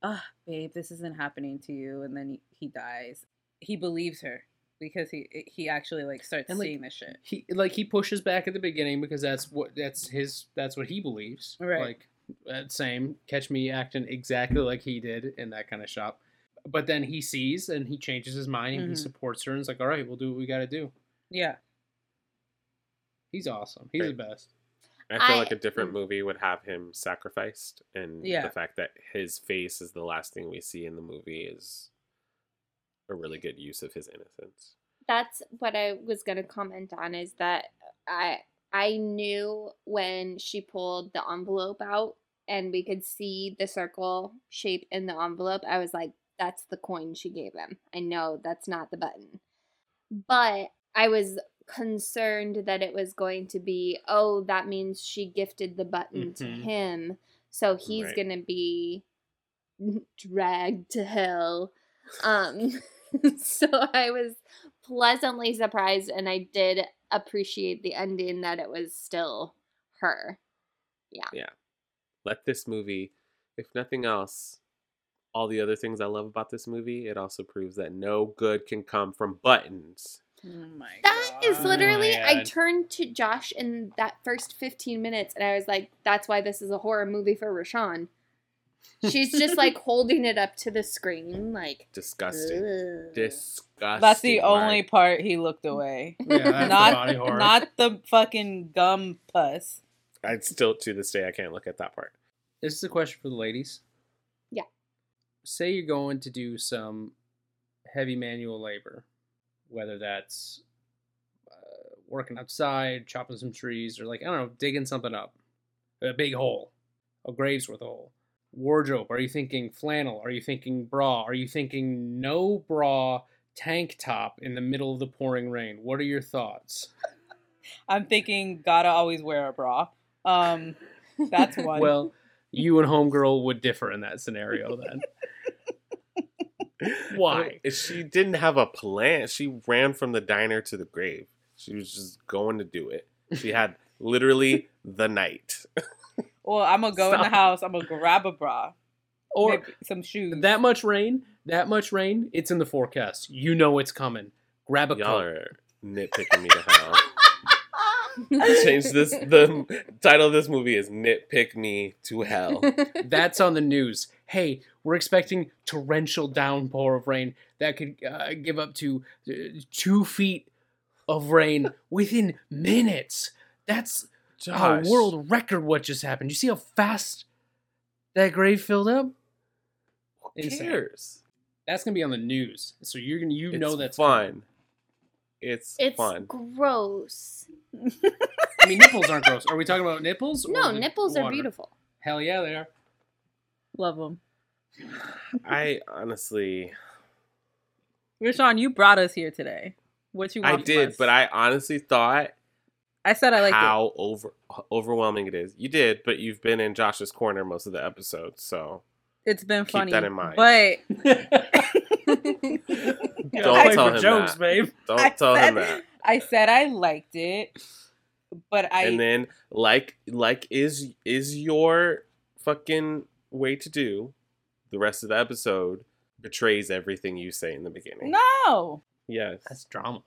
C: "Ah, babe, this isn't happening to you," and then he, he dies. He believes her because he he actually like starts
E: And, like,
C: seeing this shit.
E: He like he pushes back at the beginning because that's what that's his that's what he believes.
C: Right.
E: Like that same catch me acting exactly like he did in that kind of shop. But then he sees and he changes his mind and he
C: Mhm.
E: supports her and is like, all right, we'll do what we got to do.
C: Yeah.
E: He's awesome. He's the best.
B: I feel
E: I-
B: like a
A: Mm.
B: different movie would have him sacrificed, and
E: Yeah.
B: the fact that his face is the last thing we see in the movie is a really good use of his innocence.
A: That's what I was gonna comment on is that I I knew when she pulled the envelope out and we could see the circle shape in the envelope, I was like, that's the coin she gave him. I know that's not the button. But I was concerned that it was going to be, oh, that means she gifted the button
J: Mhm.
A: to him. So he's
J: Right.
A: gonna be dragged to hell. Um so I was pleasantly surprised and I did appreciate the ending that it was still her. Yeah.
B: Yeah. Let this movie, if nothing else, all the other things I love about this movie, it also proves that no good can come from buttons.
E: Oh
A: That is
B: God.
A: literally,
B: Oh my
A: I
B: God.
A: turned to Josh in that first 15 minutes and I was like, that's why this is a horror movie for Rashawn. She's just like holding it up to the screen, like,
B: Disgusting.
A: Ugh.
B: Disgusting.
C: That's the
B: Mark.
C: only part he looked away.
B: Yeah, that's the
C: not
B: body horror.
C: not the fucking gum pus.
B: I'd still, to this day, I can't look at that part.
E: This is a question for the ladies.
A: Yeah.
E: Say you're going to do some heavy manual labor, whether that's uh, working outside, chopping some trees, or like, I don't know, digging something up. A big hole, a grave's worth of hole. Wardrobe, are you thinking flannel? Are you thinking bra? Are you thinking no bra tank top in the middle of the pouring rain? What are your thoughts?
C: I'm thinking gotta always wear a bra. Um, that's one.
E: Well, you and Homegirl would differ in that scenario then. Why?
B: If she didn't have a plan, she ran from the diner to the grave. She was just going to do it. She had literally the night.
C: well, I'm gonna go in
E: Stop.
C: the house. I'm gonna grab a bra
E: Or
C: Maybe some shoes.
E: That much rain, that much rain, it's in the forecast. You know it's coming. Grab a
B: Y'all
E: coat.
B: are nitpicking me to hell. Change this. The title of this movie is "Nitpick Me to Hell."
E: That's on the news. Hey, we're expecting torrential downpour of rain that could uh, give up to uh, two feet of rain within minutes. That's
B: Josh.
E: a world record. What just happened? You see how fast that grave filled up? Who
B: cares?
E: That's gonna be on the news. So you're gonna you know
B: It's
E: that's
B: fun. It's,
A: it's
E: fun.
A: gross.
E: I mean, nipples aren't gross. Are we talking about nipples? or
A: No,
E: the
A: nipples are
E: water?
A: beautiful.
E: Hell yeah, they are.
C: Love them.
B: I honestly,
C: Rashawn, you brought us here today. What you? Want
B: I
C: from
B: did,
C: us?
B: but I honestly thought
C: I said I liked
B: how over overwhelming it is. You did, but you've been in Josh's corner most of the episodes, so
C: it. It's been
B: keep
C: funny.
B: that in mind.
C: But
B: don't
C: I-
B: tell him that. Don't
C: I
B: tell him
C: said-
B: that.
C: I said I liked it, but I
B: and then like like is is your fucking way to do the rest of the episode betrays everything you say in the beginning.
C: no.
B: Yes.
E: That's drama.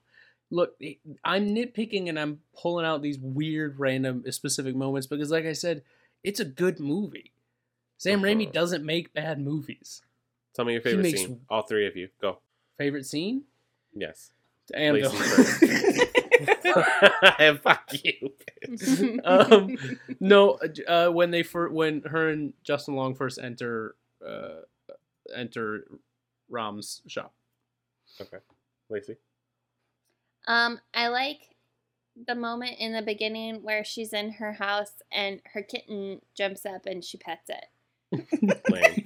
E: Look, eh, I'm nitpicking and I'm pulling out these weird, random, eh, specific moments because, like I said, it's a good movie. Sam Raimi doesn't make bad movies.
B: Tell me your
E: He
B: favorite
E: makes-
B: scene. All three of you. Go.
E: Favorite scene?
B: Yes.
E: Damn,
B: Lacey
E: though.
B: Fuck you. bitch.
E: um, no, uh, when they fir- when her and Justin Long first enter uh, enter Rom's shop.
B: Okay, Lacey.
A: Um, I like the moment in the beginning where she's in her house and her kitten jumps up and she pets it.
B: Lame.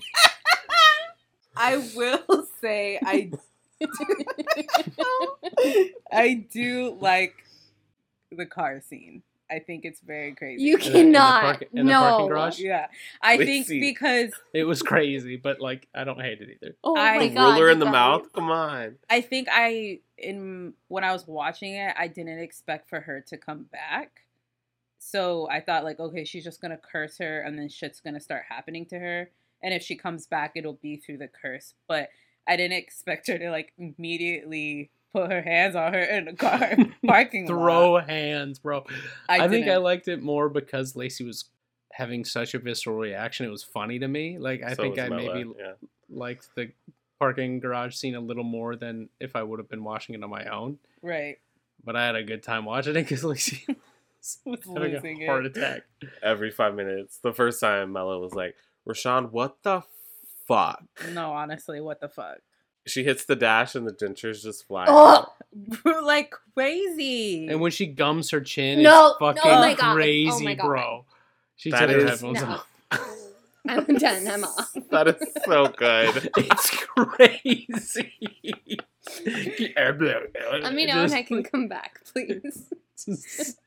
C: I will say I I do like the car scene. I think it's very crazy.
A: You In the- in the cannot. park- in the parking No. garage?
C: Yeah. I think
B: Lacey.
C: because
E: It was crazy, but like I don't hate it either.
C: Oh my I- God,
B: ruler in the
C: you guys.
B: mouth. Come on.
C: I think I in when I was watching it, I didn't expect for her to come back. So I thought like, okay, she's just gonna curse her, and then shit's gonna start happening to her. And if she comes back, it'll be through the curse. But I didn't expect her to like immediately put her hands on her in the car parking lot.
E: Throw hands, bro.
C: I
E: I, think I
C: didn't.
E: liked it more because Lacey was having such a visceral reaction. It was funny to me. Like I
B: So
E: think
B: was
E: I
B: Mella,
E: maybe
B: yeah.
E: liked the parking garage scene a little more than if I would have been watching it on my own.
C: Right.
E: But I had a good time watching it because Lacey was having
C: Losing
E: a
C: it.
E: heart attack.
B: Every five minutes. The first time Mella was like, Rashawn, what the fuck?
C: No, honestly, what the fuck?
B: She hits the dash and the dentures just fly. out.
C: like crazy.
E: And when she gums her chin,
C: No,
E: it's
C: no,
E: fucking
C: my God. Oh,
E: crazy,
C: my God.
E: bro. She
B: That
E: took her
B: is-
E: headphones
B: No.
E: off.
A: I'm done. I'm off.
B: That is so good.
E: it's crazy.
A: Let me know when I can come back, please.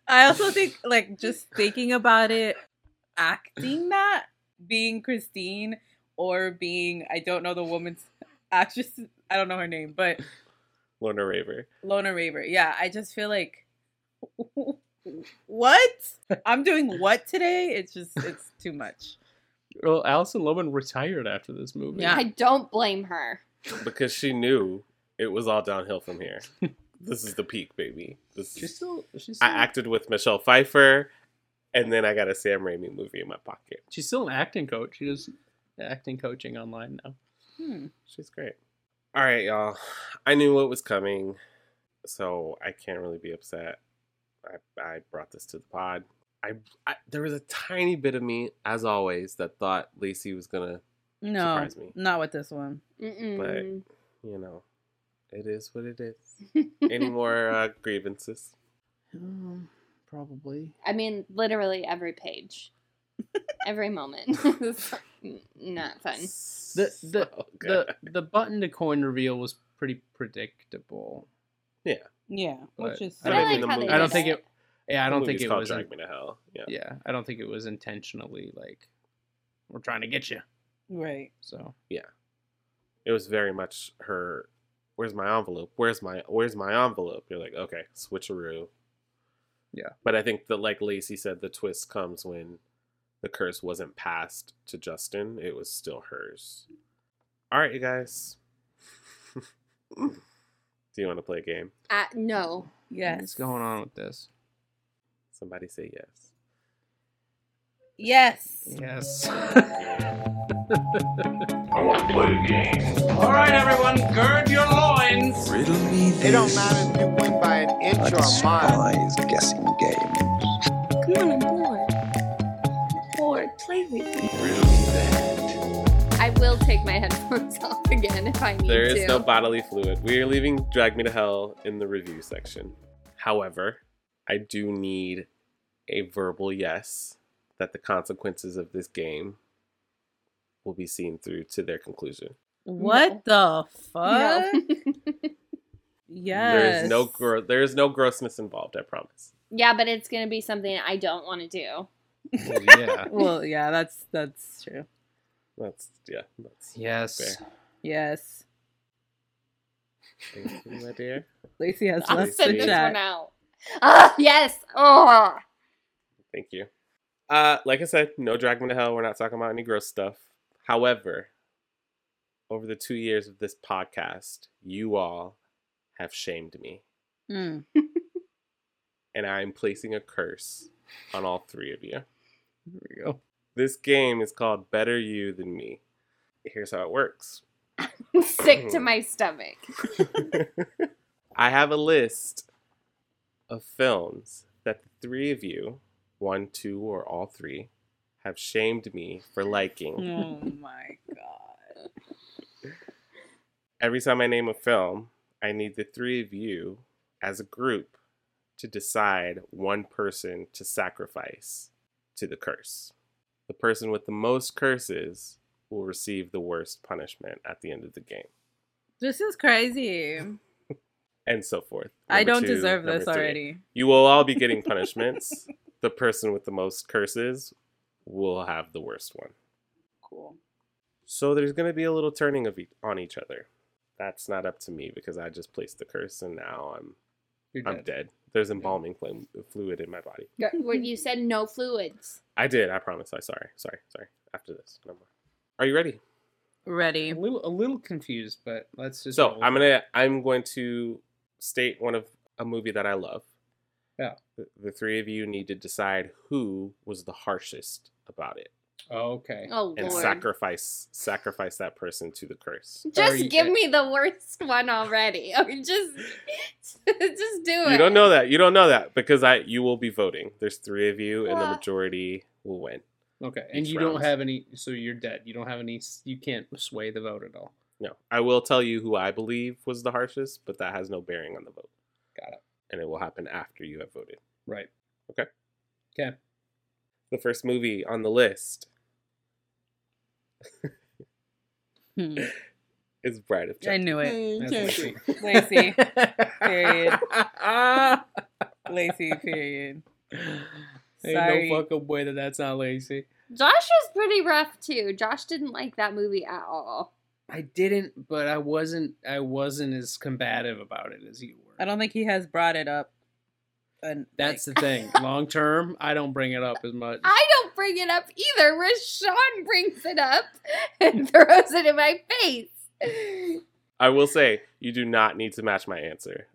C: I also think like just thinking about it, acting that being Christine or being I don't know the woman's actress. I don't know her name, but
B: Lorna Raver.
C: Lona Raver. Yeah, I just feel like what I'm doing what today? It's just it's too much.
E: Well, Allison Loman retired after this movie.
A: I don't blame her.
B: Because she knew it was all downhill from here. this is the peak, baby. This
E: She's still, she's
B: I
E: still,
B: acted with Michelle Pfeiffer, and then I got a Sam Raimi movie in my pocket.
E: she's still an acting coach. She does acting coaching online now.
C: Hmm.
B: She's great. All right, y'all. I knew what was coming, so I can't really be upset. I, I brought this to the pod. I, I there was a tiny bit of me, as always, that thought Lacey was gonna
C: No,
B: surprise me,
C: not with this one.
B: but you know, it is what it is. Any more uh, grievances?
E: probably.
A: I mean, literally every page, every moment. N- Not fun.
E: The the, the the button to coin reveal was pretty predictable.
B: Yeah.
C: Yeah,
E: but
C: which is
E: I don't,
A: I
E: think,
A: like how they
E: I don't
A: did
E: think
A: it.
E: it. Yeah,
B: The
E: I don't think
B: movie's
E: it
B: called
E: was.
B: Drag Me to Hell. Yeah.
E: yeah, I don't think it was intentionally like we're trying to get you.
C: right.
E: So
B: Yeah. It was very much her where's my envelope? Where's my where's my envelope? You're like, okay, switcheroo.
E: Yeah.
B: But I think that like Lacey said, the twist comes when the curse wasn't passed to Justin. It was still hers. Alright, you guys. Do you want to play a game?
A: Uh, no.
E: what's
C: Yes.
E: going on with this?
B: Somebody say yes.
C: Yes.
E: Yes.
J: I want to play a game.
E: All right, everyone, gird your loins.
J: Riddle me this. It don't matter if you win by an inch or a mile. guessing game.
I: Come on, I'm bored. I'm bored. Play with me.
A: I will take my headphones off again if I need
B: There
A: to.
B: is no bodily fluid. We are leaving Drag Me to Hell in the review section. However, I do need a verbal yes that the consequences of this game will be seen through to their conclusion.
C: What the fuck? Yes.
B: There is no gro- there is no grossness involved, I promise.
A: yeah, but it's gonna be something I don't want to do.
E: yeah.
C: well, yeah, that's that's true.
B: That's yeah, that's
E: Yes.
C: Yes.
B: Thank you, my dear.
C: Lacey has
A: I'll
C: left
A: send
C: the
A: this
C: chat.
A: one out. Ah, yes. Oh.
B: Thank you. Uh, like I said, no Drag Me to Hell. We're not talking about any gross stuff. However, over the two years of this podcast, you all have shamed me.
C: Mm.
B: and I'm placing a curse on all three of you.
E: There we go.
B: This game is called Better You Than Me. Here's how it works
A: Sick to my stomach.
B: I have a list of films that the three of you, one, two, or all three, have shamed me for liking.
C: Oh my god.
B: Every time I name a film, I need the three of you as a group to decide one person to sacrifice to the curse. The person with the most curses will receive the worst punishment at the end of the game,
C: This is crazy.
B: and so forth.
C: I
B: Number
C: don't
B: two,
C: deserve this
B: number three.
C: already.
B: You will all be getting punishments. the person with the most curses will have the worst one.
C: Cool.
B: So there's going to be a little turning of e- on each other. That's not up to me because I just placed the curse and now I'm
E: You're
B: I'm dead. There's embalming fluid fluid in my body.
A: Where you said no fluids.
B: I did. I promise. I sorry. Sorry. Sorry. After this, no more. Are you ready?
C: Ready.
E: A little, a little confused, but let's just.
B: So
E: roll.
B: I'm gonna I'm going to state one of a movie that I love.
E: Yeah.
B: The, the three of you need to decide who was the harshest about it.
E: Okay.
A: Oh,
B: and
A: Lord.
B: sacrifice sacrifice that person to the curse.
A: Just give me the worst one already. Or just just do it.
B: You don't know that. You don't know that because I you will be voting. There's three of you, and the
A: Well-
B: majority will win.
E: Okay, and
B: each
E: you don't
B: round.
E: have any, so you're dead. You don't have any. s- You can't sway the vote at all.
B: No, I will tell you who I believe was the harshest, but that has no bearing on the vote.
E: Got it.
B: And it will happen after you have voted.
E: Right.
B: Okay.
E: Okay.
B: The first movie on the list is Bride of
C: Hmm. I
B: Chucky.
C: knew it.
E: That's Lacey.
C: Lacey. period. Lacey, period.
E: Ain't
C: Sorry.
E: no fucking way that that's not Lacey.
A: Josh was pretty rough too. Josh didn't like that movie at all.
E: I didn't, but I wasn't. I wasn't as combative about it as you were.
C: I don't think he has brought it up. And
E: That's the thing. Long term, I don't bring it up as much.
A: I don't bring it up either. Rashawn brings it up and throws it in my face.
B: I will say you do not need to match my answer,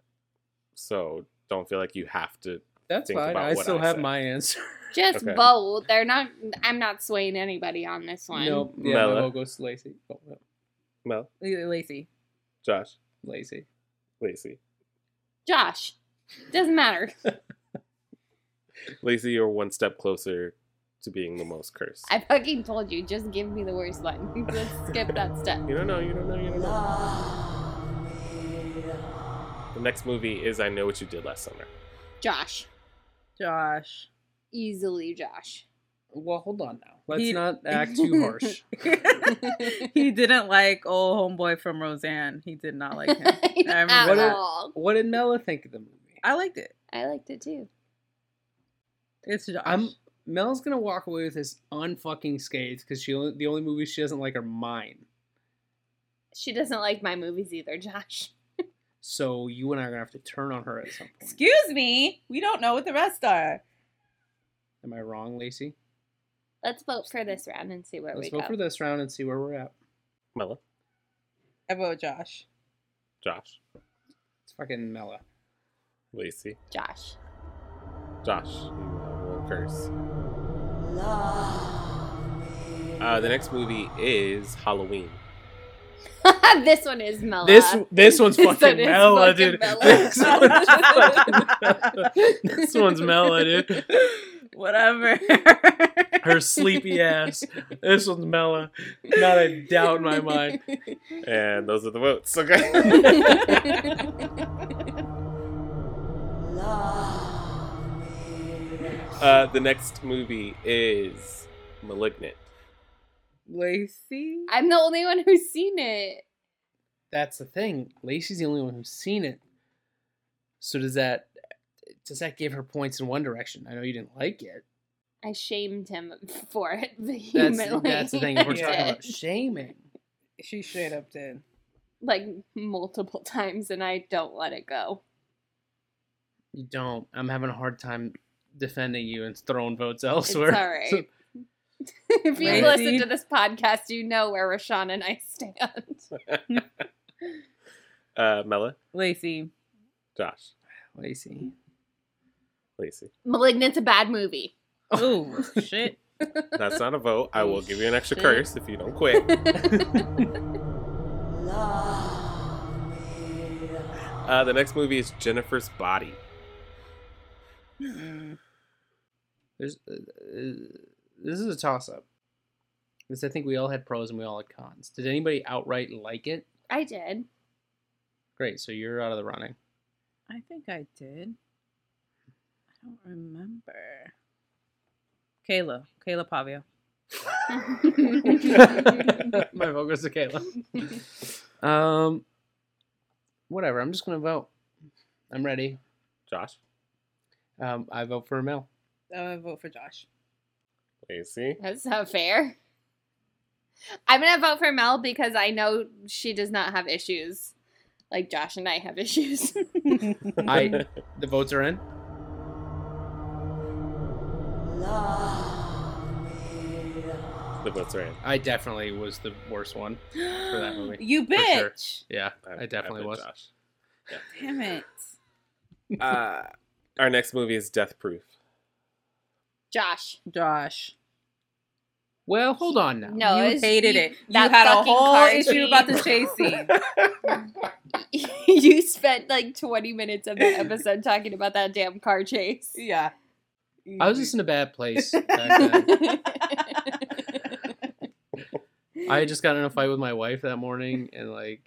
B: so don't feel like you have to.
E: That's
B: think
E: fine.
B: about
E: I
B: what
E: still
B: I
E: have
B: said.
E: my answer.
A: Just
B: Okay.
A: vote. They're not. I'm not swaying anybody on this one.
E: Nope. Yeah,
B: Mella.
E: my vote goes to Lacey. Oh, no.
B: Mel,
C: Lacey.
B: Josh,
E: Lacey.
B: Lacey,
A: Josh, doesn't matter.
B: Lacey, you're one step closer to being the most cursed.
A: I fucking told you. Just give me the worst one. Just skip that step.
B: You don't know. You don't know. You don't know. The next movie is I Know What You Did Last Summer.
A: Josh,
C: Josh.
A: easily Josh.
E: Well, hold on now. Let's
C: He-
E: not act too harsh.
C: he didn't like old homeboy from Roseanne. He did not like him. I
A: At
C: remember
E: what, did,
C: that.
A: all.
E: what did Mella think of the movie?
C: I liked it.
A: I liked it too.
C: It's Josh.
E: I'm Mel's gonna walk away with this unfucking scathed because she only, the only movies she doesn't like are mine.
A: She doesn't like my movies either, Josh.
E: So you and I are gonna have to turn on her at some point.
C: Excuse me. We don't know what the rest are.
E: Am I wrong, Lacey?
A: Let's vote for this round and see where
E: Let's
A: we
E: vote
A: go.
E: for this round and see where we're at.
B: Mella,
C: I vote Josh.
B: Josh,
E: It's fucking Mella.
B: Lacey,
A: Josh.
B: Josh. You have one curse. Uh, the next movie is Halloween.
A: this one is Mella.
E: This this one's
A: This
E: fucking
A: one is
E: Mella,
A: fucking
E: dude.
A: Mella.
E: This one's fucking Mella. This one's Mella, dude.
C: Whatever.
E: Her sleepy ass. This one's Mella. Not a doubt in my mind.
B: And those are the votes. Okay. uh, the next movie is Malignant.
C: Lacey.
A: I'm the only one who's seen it.
E: That's the thing. Lacey's the only one who's seen it. So does that does that give her points in one direction? I know you didn't like it.
A: I shamed him for it
E: That's
A: vehemently.
E: that's the thing. If we're
A: I
E: talking
A: did.
E: about shaming.
C: She straight up did.
A: like multiple times, and I don't let it go.
E: You don't. I'm having a hard time defending you and throwing votes elsewhere.
A: It's all right. if you
E: Lacey?
A: listen to this podcast, you know where Rashawn and I stand.
B: Uh, Mella,
C: Lacey.
B: Josh,
E: Lacey.
B: Lacey.
A: Malignant's a bad movie.
C: Ooh, shit.
B: That's not a vote. I will give you an extra
C: Shit.
B: curse if you don't quit. Uh, the next movie is Jennifer's Body.
C: Mm.
E: There's uh, uh, this is a toss up. Because I think we all had pros and we all had cons. Did anybody outright like it?
A: I did.
E: Great, so you're out of the running.
C: I think I did. I don't remember. Kayla. Kayla Pavia.
E: My vote goes to Kayla. Um, whatever. I'm just gonna vote. I'm ready.
B: Josh.
E: Um, I vote for Mel.
C: Oh, I vote for Josh.
B: Lacey.
A: That's not fair. I'm gonna vote for Mel because I know she does not have issues. Like Josh and I have issues.
E: I. The votes are in.
B: The votes are in.
E: I definitely was the worst one for that movie.
C: You
E: For sure.
C: bitch.
E: Yeah, I, definitely was.
C: Damn it.
B: Uh, our next movie is Death Proof.
A: Josh.
C: Josh.
E: Well, hold on now.
A: No,
C: you
A: it's-
C: hated
A: you-
C: it. You
A: that
C: had a
A: fucking
C: whole
A: car
C: issue
A: scene.
C: about the chase scene.
A: you spent like 20 minutes of the episode talking about that damn car chase.
C: Yeah.
E: I was just in a bad place. Back then. I had just got in a fight with my wife that morning, and like,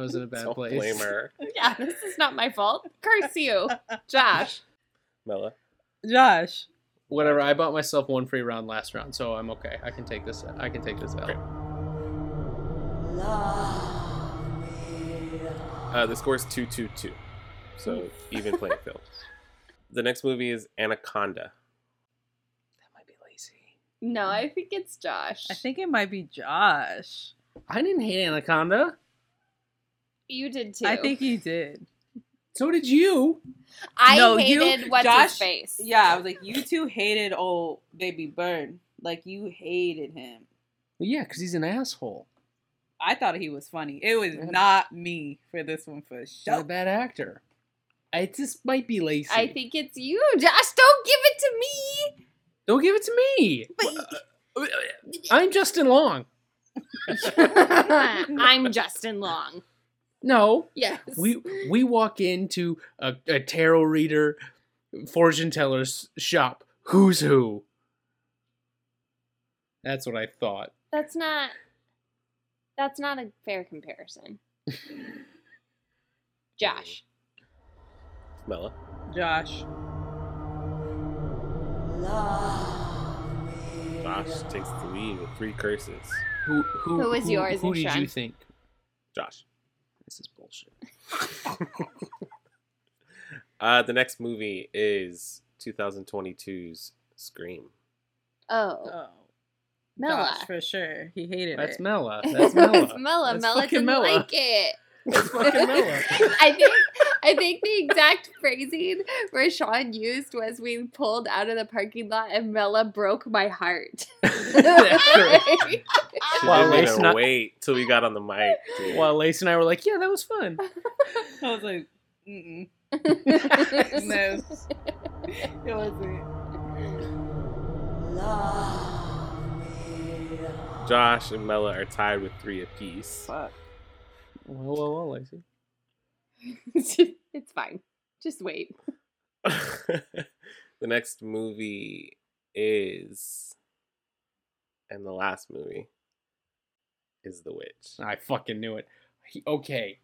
E: was in a bad
B: Don't
E: place.
B: blame her.
A: yeah, this is not my fault. Curse you, Josh.
B: Mela.
C: Josh.
E: Whatever. I bought myself one free round last round, so I'm okay. I can take this. I can take this out.
B: Uh, the score is 2 2 2. So even playing field. The next movie is Anaconda.
A: No, I think it's Josh.
C: I think it might be Josh.
E: I didn't hate Anaconda.
A: You did too.
C: I think you did.
E: So did you.
A: I hated what's
C: Josh-
A: his face.
C: Yeah, I was like, you two hated old baby Burn. Like you hated him.
E: Well, yeah, because he's an asshole.
C: I thought he was funny. It was not me for this one for
E: Not
C: sure.
E: a bad actor. I just might be lazy.
A: I think it's you, Josh. Don't give it to me.
E: Don't give it to me. I'm Justin Long.
A: I'm Justin Long.
E: No.
A: Yes.
E: We we walk into a, a tarot reader, fortune teller's shop. Who's who? That's what I thought.
A: That's not. That's not a fair comparison. Josh.
B: Mela.
C: Josh.
B: Josh takes the lead with three curses.
E: Who who
A: Who is yours,
E: Who did you
A: Sean?
E: think?
B: Josh.
E: This is bullshit.
B: Uh, the next movie is 2022's Scream.
A: Oh. Mella.
C: Josh for sure. He hated
E: That's
C: it.
E: Mella. That's Mella.
A: It's Mella.
E: That's
A: Mella
E: fucking
A: didn't
E: Mella.
A: like it.
E: fucking Mella.
A: I think I think the exact phrasing where Sean used was we pulled out of the parking lot and Mella broke my heart.
B: She
E: Wow,
B: didn't
E: Lace
B: even
E: not-
B: wait till we got on the mic. dude.
E: While Lace and I were like, yeah, that was fun.
C: I was like, mm mm.
A: That's
C: No. it wasn't.
B: Josh and Mela are tied with three apiece.
C: Fuck.
E: Well, well, well, Lacey.
A: it's fine. Just wait.
B: the next movie is, and the last movie is The Witch.
E: I fucking knew it. He- okay,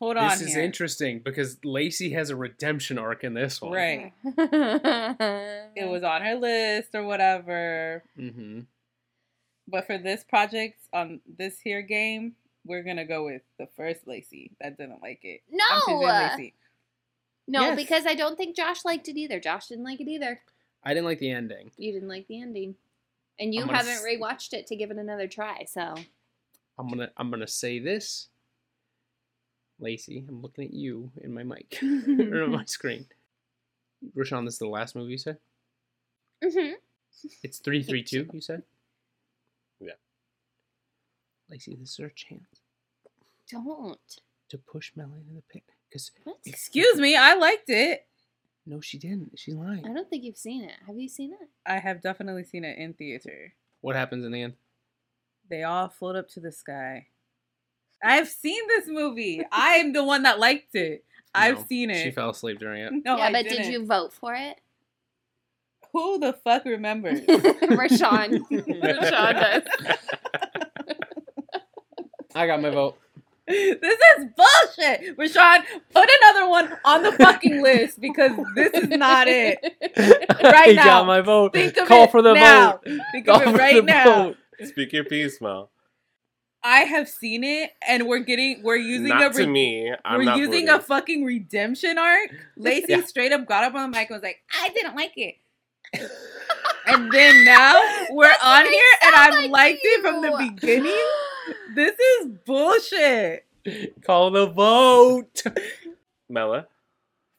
C: Hold on.
E: this is
C: here.
E: interesting because Lacey has a redemption arc in this one.
C: Right. It was on her list or whatever.
E: Mm-hmm.
C: But for this project on this here game, we're gonna go with the first Lacey that didn't like it. I'm
A: No.
C: Suzanne Lacey.
A: No,
C: Yes.
A: because I don't think Josh liked it either. Josh didn't like it either.
E: I didn't like the ending.
A: You didn't like the ending. And you
E: I'm gonna
A: haven't
E: s-
A: rewatched it to give it another try, so
E: I'm gonna I'm gonna say this. Lacey, I'm looking at you in my mic or on my screen. Rashawn, this is the last movie you said?
C: Mm-hmm.
A: Mhm.
E: It's three three two, you said?
B: Yeah.
E: Lacey, this is our chance
A: don't.
E: to push Melly into the pit. Because
A: What?
C: Excuse me, I liked it.
E: no, she didn't. She's lying.
A: I don't think you've seen it. Have you seen it?
C: I have definitely seen it in theater.
E: What happens in the end?
C: They all float up to the sky. I've seen this movie. I am the one that liked it. I've
E: No,
C: seen it.
E: She fell asleep during it.
C: No,
A: yeah,
C: I
A: but
C: didn't.
A: did you vote for it?
C: Who the fuck remembers?
A: Rashawn. Rashawn does.
E: I got my vote.
C: this is bullshit. Rashawn, put another one on the fucking list because this is not it. Right
E: he
C: now.
E: got my vote.
C: Think of
E: Call
C: it
E: for the
C: now.
E: vote.
C: Think of
E: Call
C: it
E: for
C: right
E: the
C: now.
E: vote.
B: Speak your piece, Mel.
C: I have seen it, and we're getting we're using
B: Not
C: a re-
B: to me. I'm
C: we're
B: not
C: using
B: voting.
C: a fucking redemption arc. Lacey
B: Yeah.
C: straight up got up on the mic and was like, "I didn't like it," and then now we're on here, and I've liked it from the beginning. This is bullshit.
E: Call the vote.
B: Mela.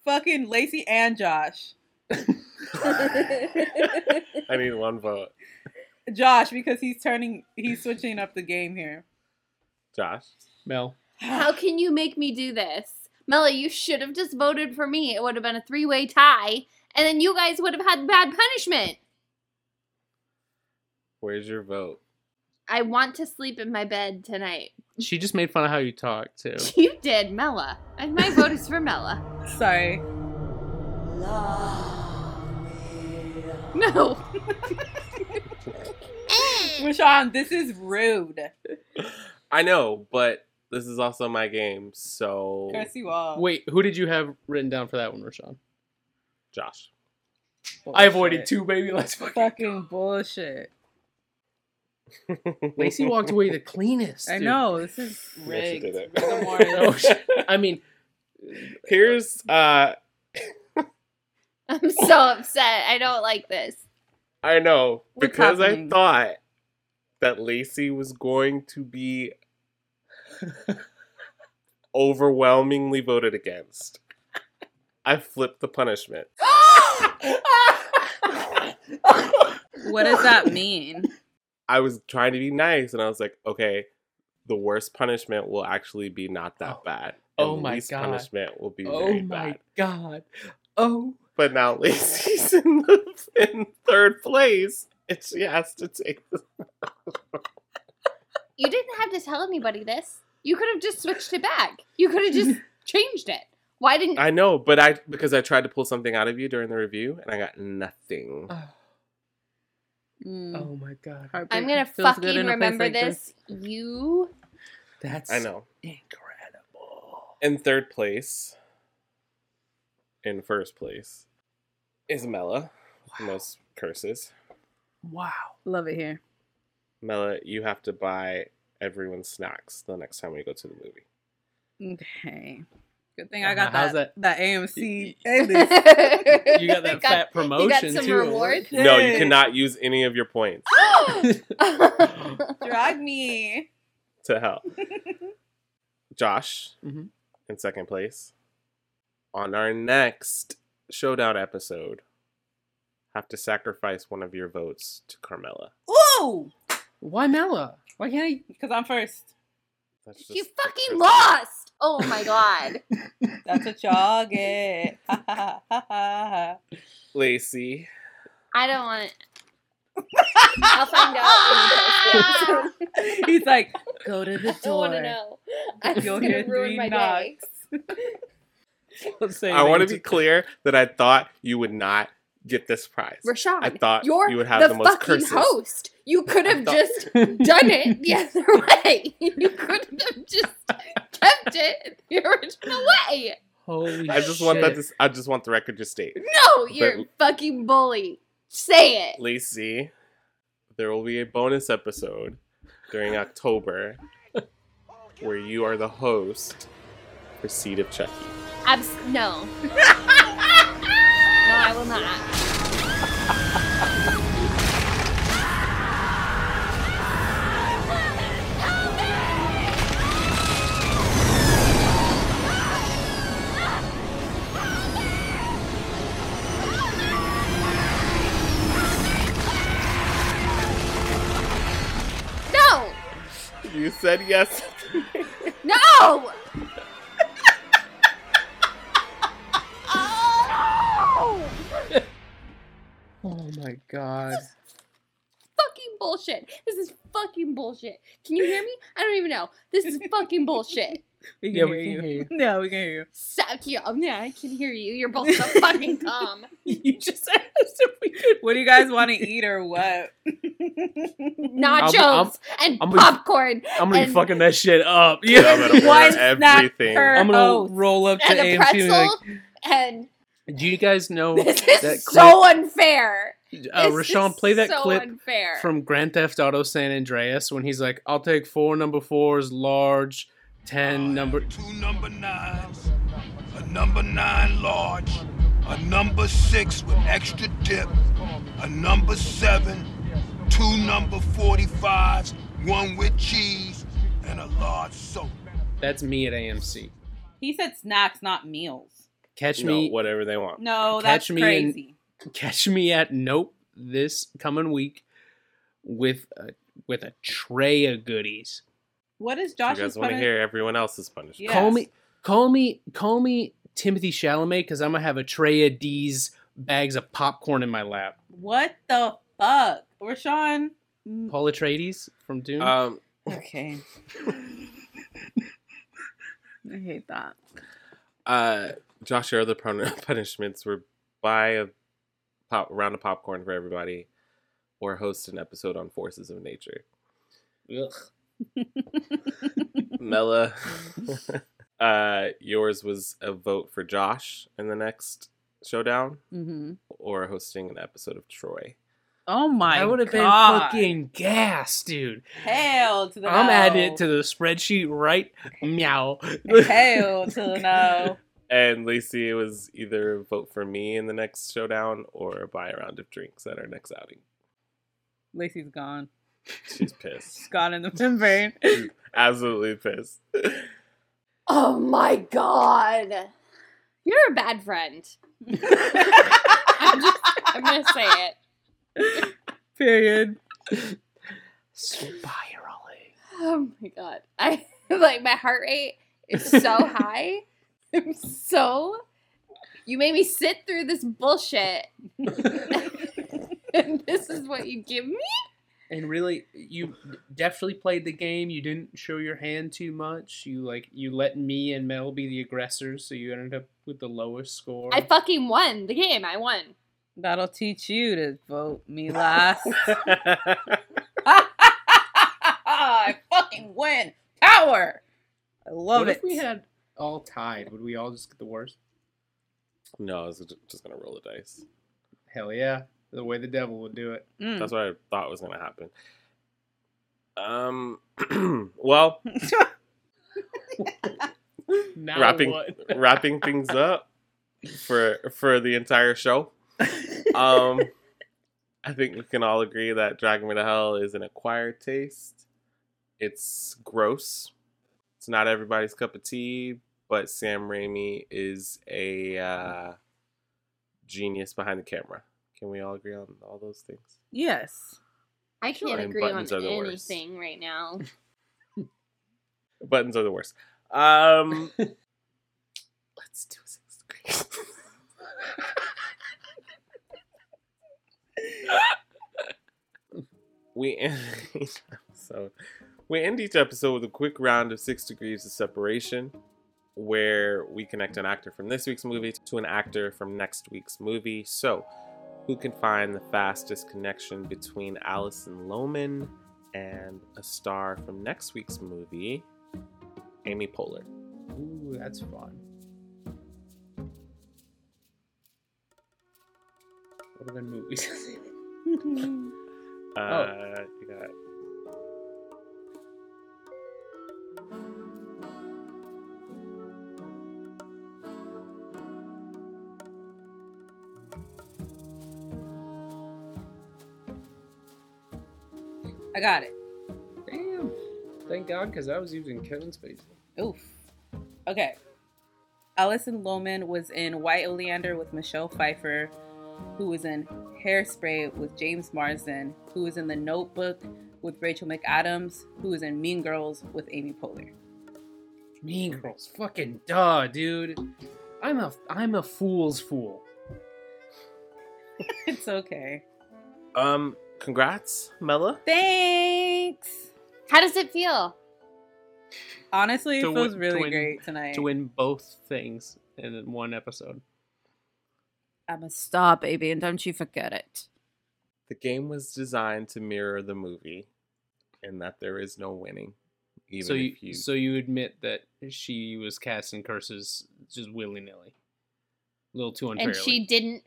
C: Fucking Lacey and Josh.
B: I need one vote.
C: Josh, because he's turning, he's switching up the game here.
B: Josh.
E: Mel.
A: How can you make me do this? Mella, you should have just voted for me. It would have been a three way tie, and then you guys would have had bad punishment.
B: Where's your vote?
A: I want to sleep in my bed tonight.
E: She just made fun of how you talk too.
A: You did, Mella. And my vote is for Mella.
C: Sorry.
A: No.
C: Rashawn, this is rude.
B: I know, but this is also my game, so
C: Curse you all.
E: Wait, who did you have written down for that one, Rashawn?
B: Josh.
E: I avoided two, baby. Let's fucking.
C: Fucking bullshit.
E: Lacey walked away the cleanest.
C: I
E: dude.
C: know this is
B: Yes, you
C: rigged.
B: did it.
C: Rigor
E: Oh,
C: mortis.
E: shit. I mean,
B: Here's uh
A: I'm so upset. I don't like this.
B: I know
A: What's
B: because I
A: happening?
B: thought that Lacey was going to be overwhelmingly voted against. I flipped the punishment.
E: oh
C: what does that mean?
B: I was trying to be nice, and I was like, okay, the worst punishment will actually be not that bad. and
E: oh
B: the
E: my
B: least
E: God.
B: punishment will be
E: oh
B: very
E: my
B: bad.
E: god. Oh.
B: But now Lacey's in, the, in third place, and she has to take the
A: You didn't have to tell anybody this. You could have just switched it back. You could have just changed it. Why didn't
B: I know, but I because I tried to pull something out of you during the review and I got nothing.
C: Hmm.
E: Oh my god.
A: I'm gonna fucking remember this. You
E: That's
B: I know. Incredible. In third place, in first place, is Mela. with the Most curses.
E: Wow.
C: Love it here.
B: Mela, you have to buy everyone snacks the next time we go to the movie.
C: Okay. Good thing I got
E: Uh-huh, How's
C: that, that AMC. A-list.
E: You got that fat promotion
A: some
E: too.
A: reward?
B: No, you cannot use any of your points
C: Drag me.
B: to hell. Josh,
A: Mm-hmm.
E: Mhm.
B: in second place. On our next showdown episode, have to sacrifice one of your votes to Carmela.
C: Ooh.
E: Why Mella?
C: Why can't I? Because I'm first.
B: That's just
A: you fucking lost. Oh my god.
C: That's what y'all get. Ha, ha, ha, ha,
B: Lacey.
A: I don't want it. I'll find out. when you post it.
C: ha. He's like, go to the
A: I don't want to
C: door.
A: know. I'm
C: You'll
A: going
C: hear
A: to ruin
C: three
A: my day.
C: knocks.
B: I want to be clear that I thought you would not get this prize.
A: Rashad,
B: I thought
A: you're
B: you would have the, most
A: fucking
B: curses.
A: host. You could have
B: thought-
A: just done it the other way. You could have just kept it the original way.
E: Holy
B: I just want that. To, I just want the record to state,
A: No, you're a fucking bully. Say it.
B: Lacey. There will be a bonus episode during October where you are the host for Seed of Chucky.
A: Abs- no. no, I will not. No!
B: You said yes.
A: No!
E: Oh my god.
A: fucking bullshit. This is fucking bullshit. Can you hear me? I don't even know. This is fucking bullshit.
C: We can
E: Yeah,
C: hear
E: we can
C: you.
E: hear you.
C: No, we can hear you.
A: Suck you. Oh, yeah, I can hear you. You're both so fucking dumb.
C: You just asked if we could. What do you guys want to eat or what?
A: Nachos
E: I'm-
A: and
E: I'm gonna-
A: popcorn.
E: I'm gonna be
A: and-
E: fucking that shit up. Yeah,
B: I'm gonna order One snack everything. per
E: I'm gonna
B: oath.
E: roll up to
A: and a
E: AMC and be like,
A: pretzel. And
E: do you guys know
A: this
E: that
A: is
E: clip?
A: so unfair.
E: uh,
A: This is
E: Rashawn, play that
A: so
E: clip
A: unfair.
E: from Grand Theft Auto San Andreas when he's like, "I'll take four number fours, large, ten number."
M: number nines, a number nine large, a number six with extra dip, a number seven, two number 45s, one with cheese, and a large soda.
E: That's me at AMC.
C: He said snacks, not meals.
E: Catch
B: No,
E: me
B: whatever they want.
C: No, that's
E: me in-
C: crazy.
E: catch me at Nope this coming week with a, with a tray of goodies.
C: What is
B: You
C: Josh's
B: guys want to
C: punishment?
B: hear everyone else's punishment?
E: Call me, call me, call me Timothy Chalamet because I'm gonna have a tray of D's bags of popcorn in my lap.
C: What the fuck? Rashawn. Mm,
E: Paul Atreides from Dune.
B: Um,
C: Okay. I hate that.
B: Uh, Josh, your other pun- punishments were buy a pop round of popcorn for everybody, or host an episode on forces of nature.
E: Ugh.
B: Mela, uh, yours was a vote for Josh in the next showdown,
C: Mhm.
B: or hosting an episode of Troy.
C: Oh my!
E: I would have been
C: God.
E: fucking gassed, dude.
C: Hell to the
E: I'm
C: no.
E: adding it to the spreadsheet right meow.
C: Hell to the no.
B: And Lacey, it was either vote for me in the next showdown or buy a round of drinks at our next outing.
C: Lacey's gone.
B: She's pissed.
C: She's gone in the membrane.
B: She's absolutely pissed.
A: Oh my god. You're a bad friend. I'm, just, I'm gonna say it.
C: Period.
A: Oh my god. I like my heart rate is so high. I'm so you made me sit through this bullshit. and this is what you give me?
E: and really, you deftly played the game. You didn't show your hand too much. You like you let me and Mel be the aggressors, so you ended up with the lowest score.
A: I fucking won the game. I won.
C: That'll teach you to vote me last. I fucking win. Power. I love
E: What
C: it.
E: if we had all tied? Would we all just get the worst?
B: No, I was ju- just gonna roll the dice.
E: Hell yeah, the way the devil would do it.
C: Mm.
B: That's what I thought was gonna happen. Um, well,
E: Now
B: wrapping
E: what?
B: wrapping things up for for the entire show. Um, I think we can all agree that Dragon Me to Hell is an acquired taste. It's gross. It's not everybody's cup of tea, but Sam Raimi is a uh, genius behind the camera. Can we all agree on all those things?
C: Yes.
A: I
B: Sure.
A: can't
B: And
A: agree on
B: buttons are the worst.
A: anything right now.
B: Buttons are the worst. Um, let's do sixth grade. we end each episode. We end each episode with a quick round of six degrees of separation, where we connect an actor from this week's movie to an actor from next week's movie. So, who can find the fastest connection between Allison Lohman and a star from next week's movie, Amy Poehler?
E: Ooh, that's fun. What have been movies?
B: Uh,
E: Oh.
B: you got
C: I got it.
E: Damn. Thank God, because I was using Kevin Spacey.
C: Oof. Okay. Allison Lohman was in White Oleander with Michelle Pfeiffer, who was in Hairspray with James Marsden, who was in The Notebook with Rachel McAdams, who was in Mean Girls with Amy Poehler.
E: Mean Girls, fucking duh, dude. I'm a I'm a fool's fool.
C: it's okay.
B: Um, congrats, Mella.
C: Thanks.
A: How does it feel?
C: Honestly, it
E: to
C: feels
E: win-
C: really
E: to win-
C: great tonight.
E: to win both things in one episode.
C: I'm a star, baby, and don't you forget it.
B: The game was designed to mirror the movie, and that there is no winning. Even
E: so you,
B: if you,
E: so you admit that she was casting curses just willy nilly, a little too unfairly.
A: and she didn't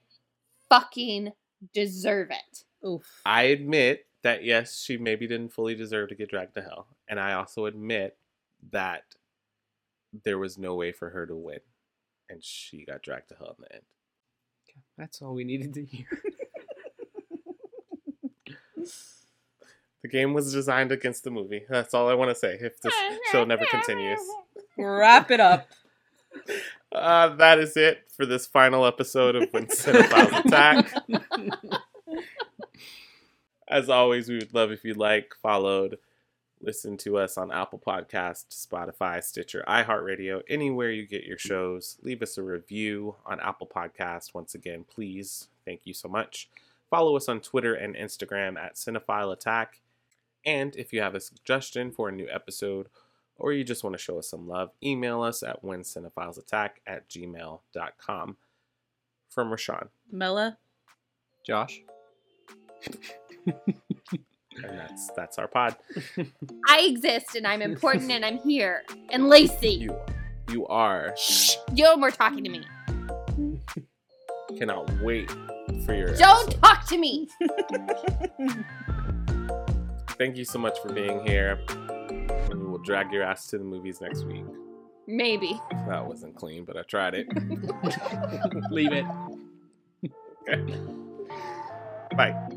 A: fucking deserve it.
C: Oof.
B: I admit that yes, she maybe didn't fully deserve to get dragged to hell, and I also admit that there was no way for her to win, and she got dragged to hell in the end.
E: That's all we needed to hear.
B: The game was designed against the movie. That's all I want to say. If this show never continues,
C: Wrap it up.
B: uh, that is it for this final episode of When Cinephiles Attack. As always, we would love if you like, followed, listened to us on Apple Podcast, Spotify, Stitcher, iHeartRadio, anywhere you get your shows. Leave us a review on Apple Podcast. Once again, please. Thank you so much. Follow us on Twitter and Instagram at Cinephile Attack. And if you have a suggestion for a new episode or you just want to show us some love, email us at whencinephilesattack at gmail.com. From Rashawn.
C: Mella,
E: Josh.
B: And that's that's our pod.
A: I exist and I'm important and I'm here. And Lacey,
B: You, you are.
A: you more talking to me.
B: Cannot wait for your.
A: Don't talk to me.
B: Thank you so much for being here. And we will drag your ass to the movies next week.
A: Maybe.
B: That wasn't clean, but I tried it.
E: Leave it.
B: Bye.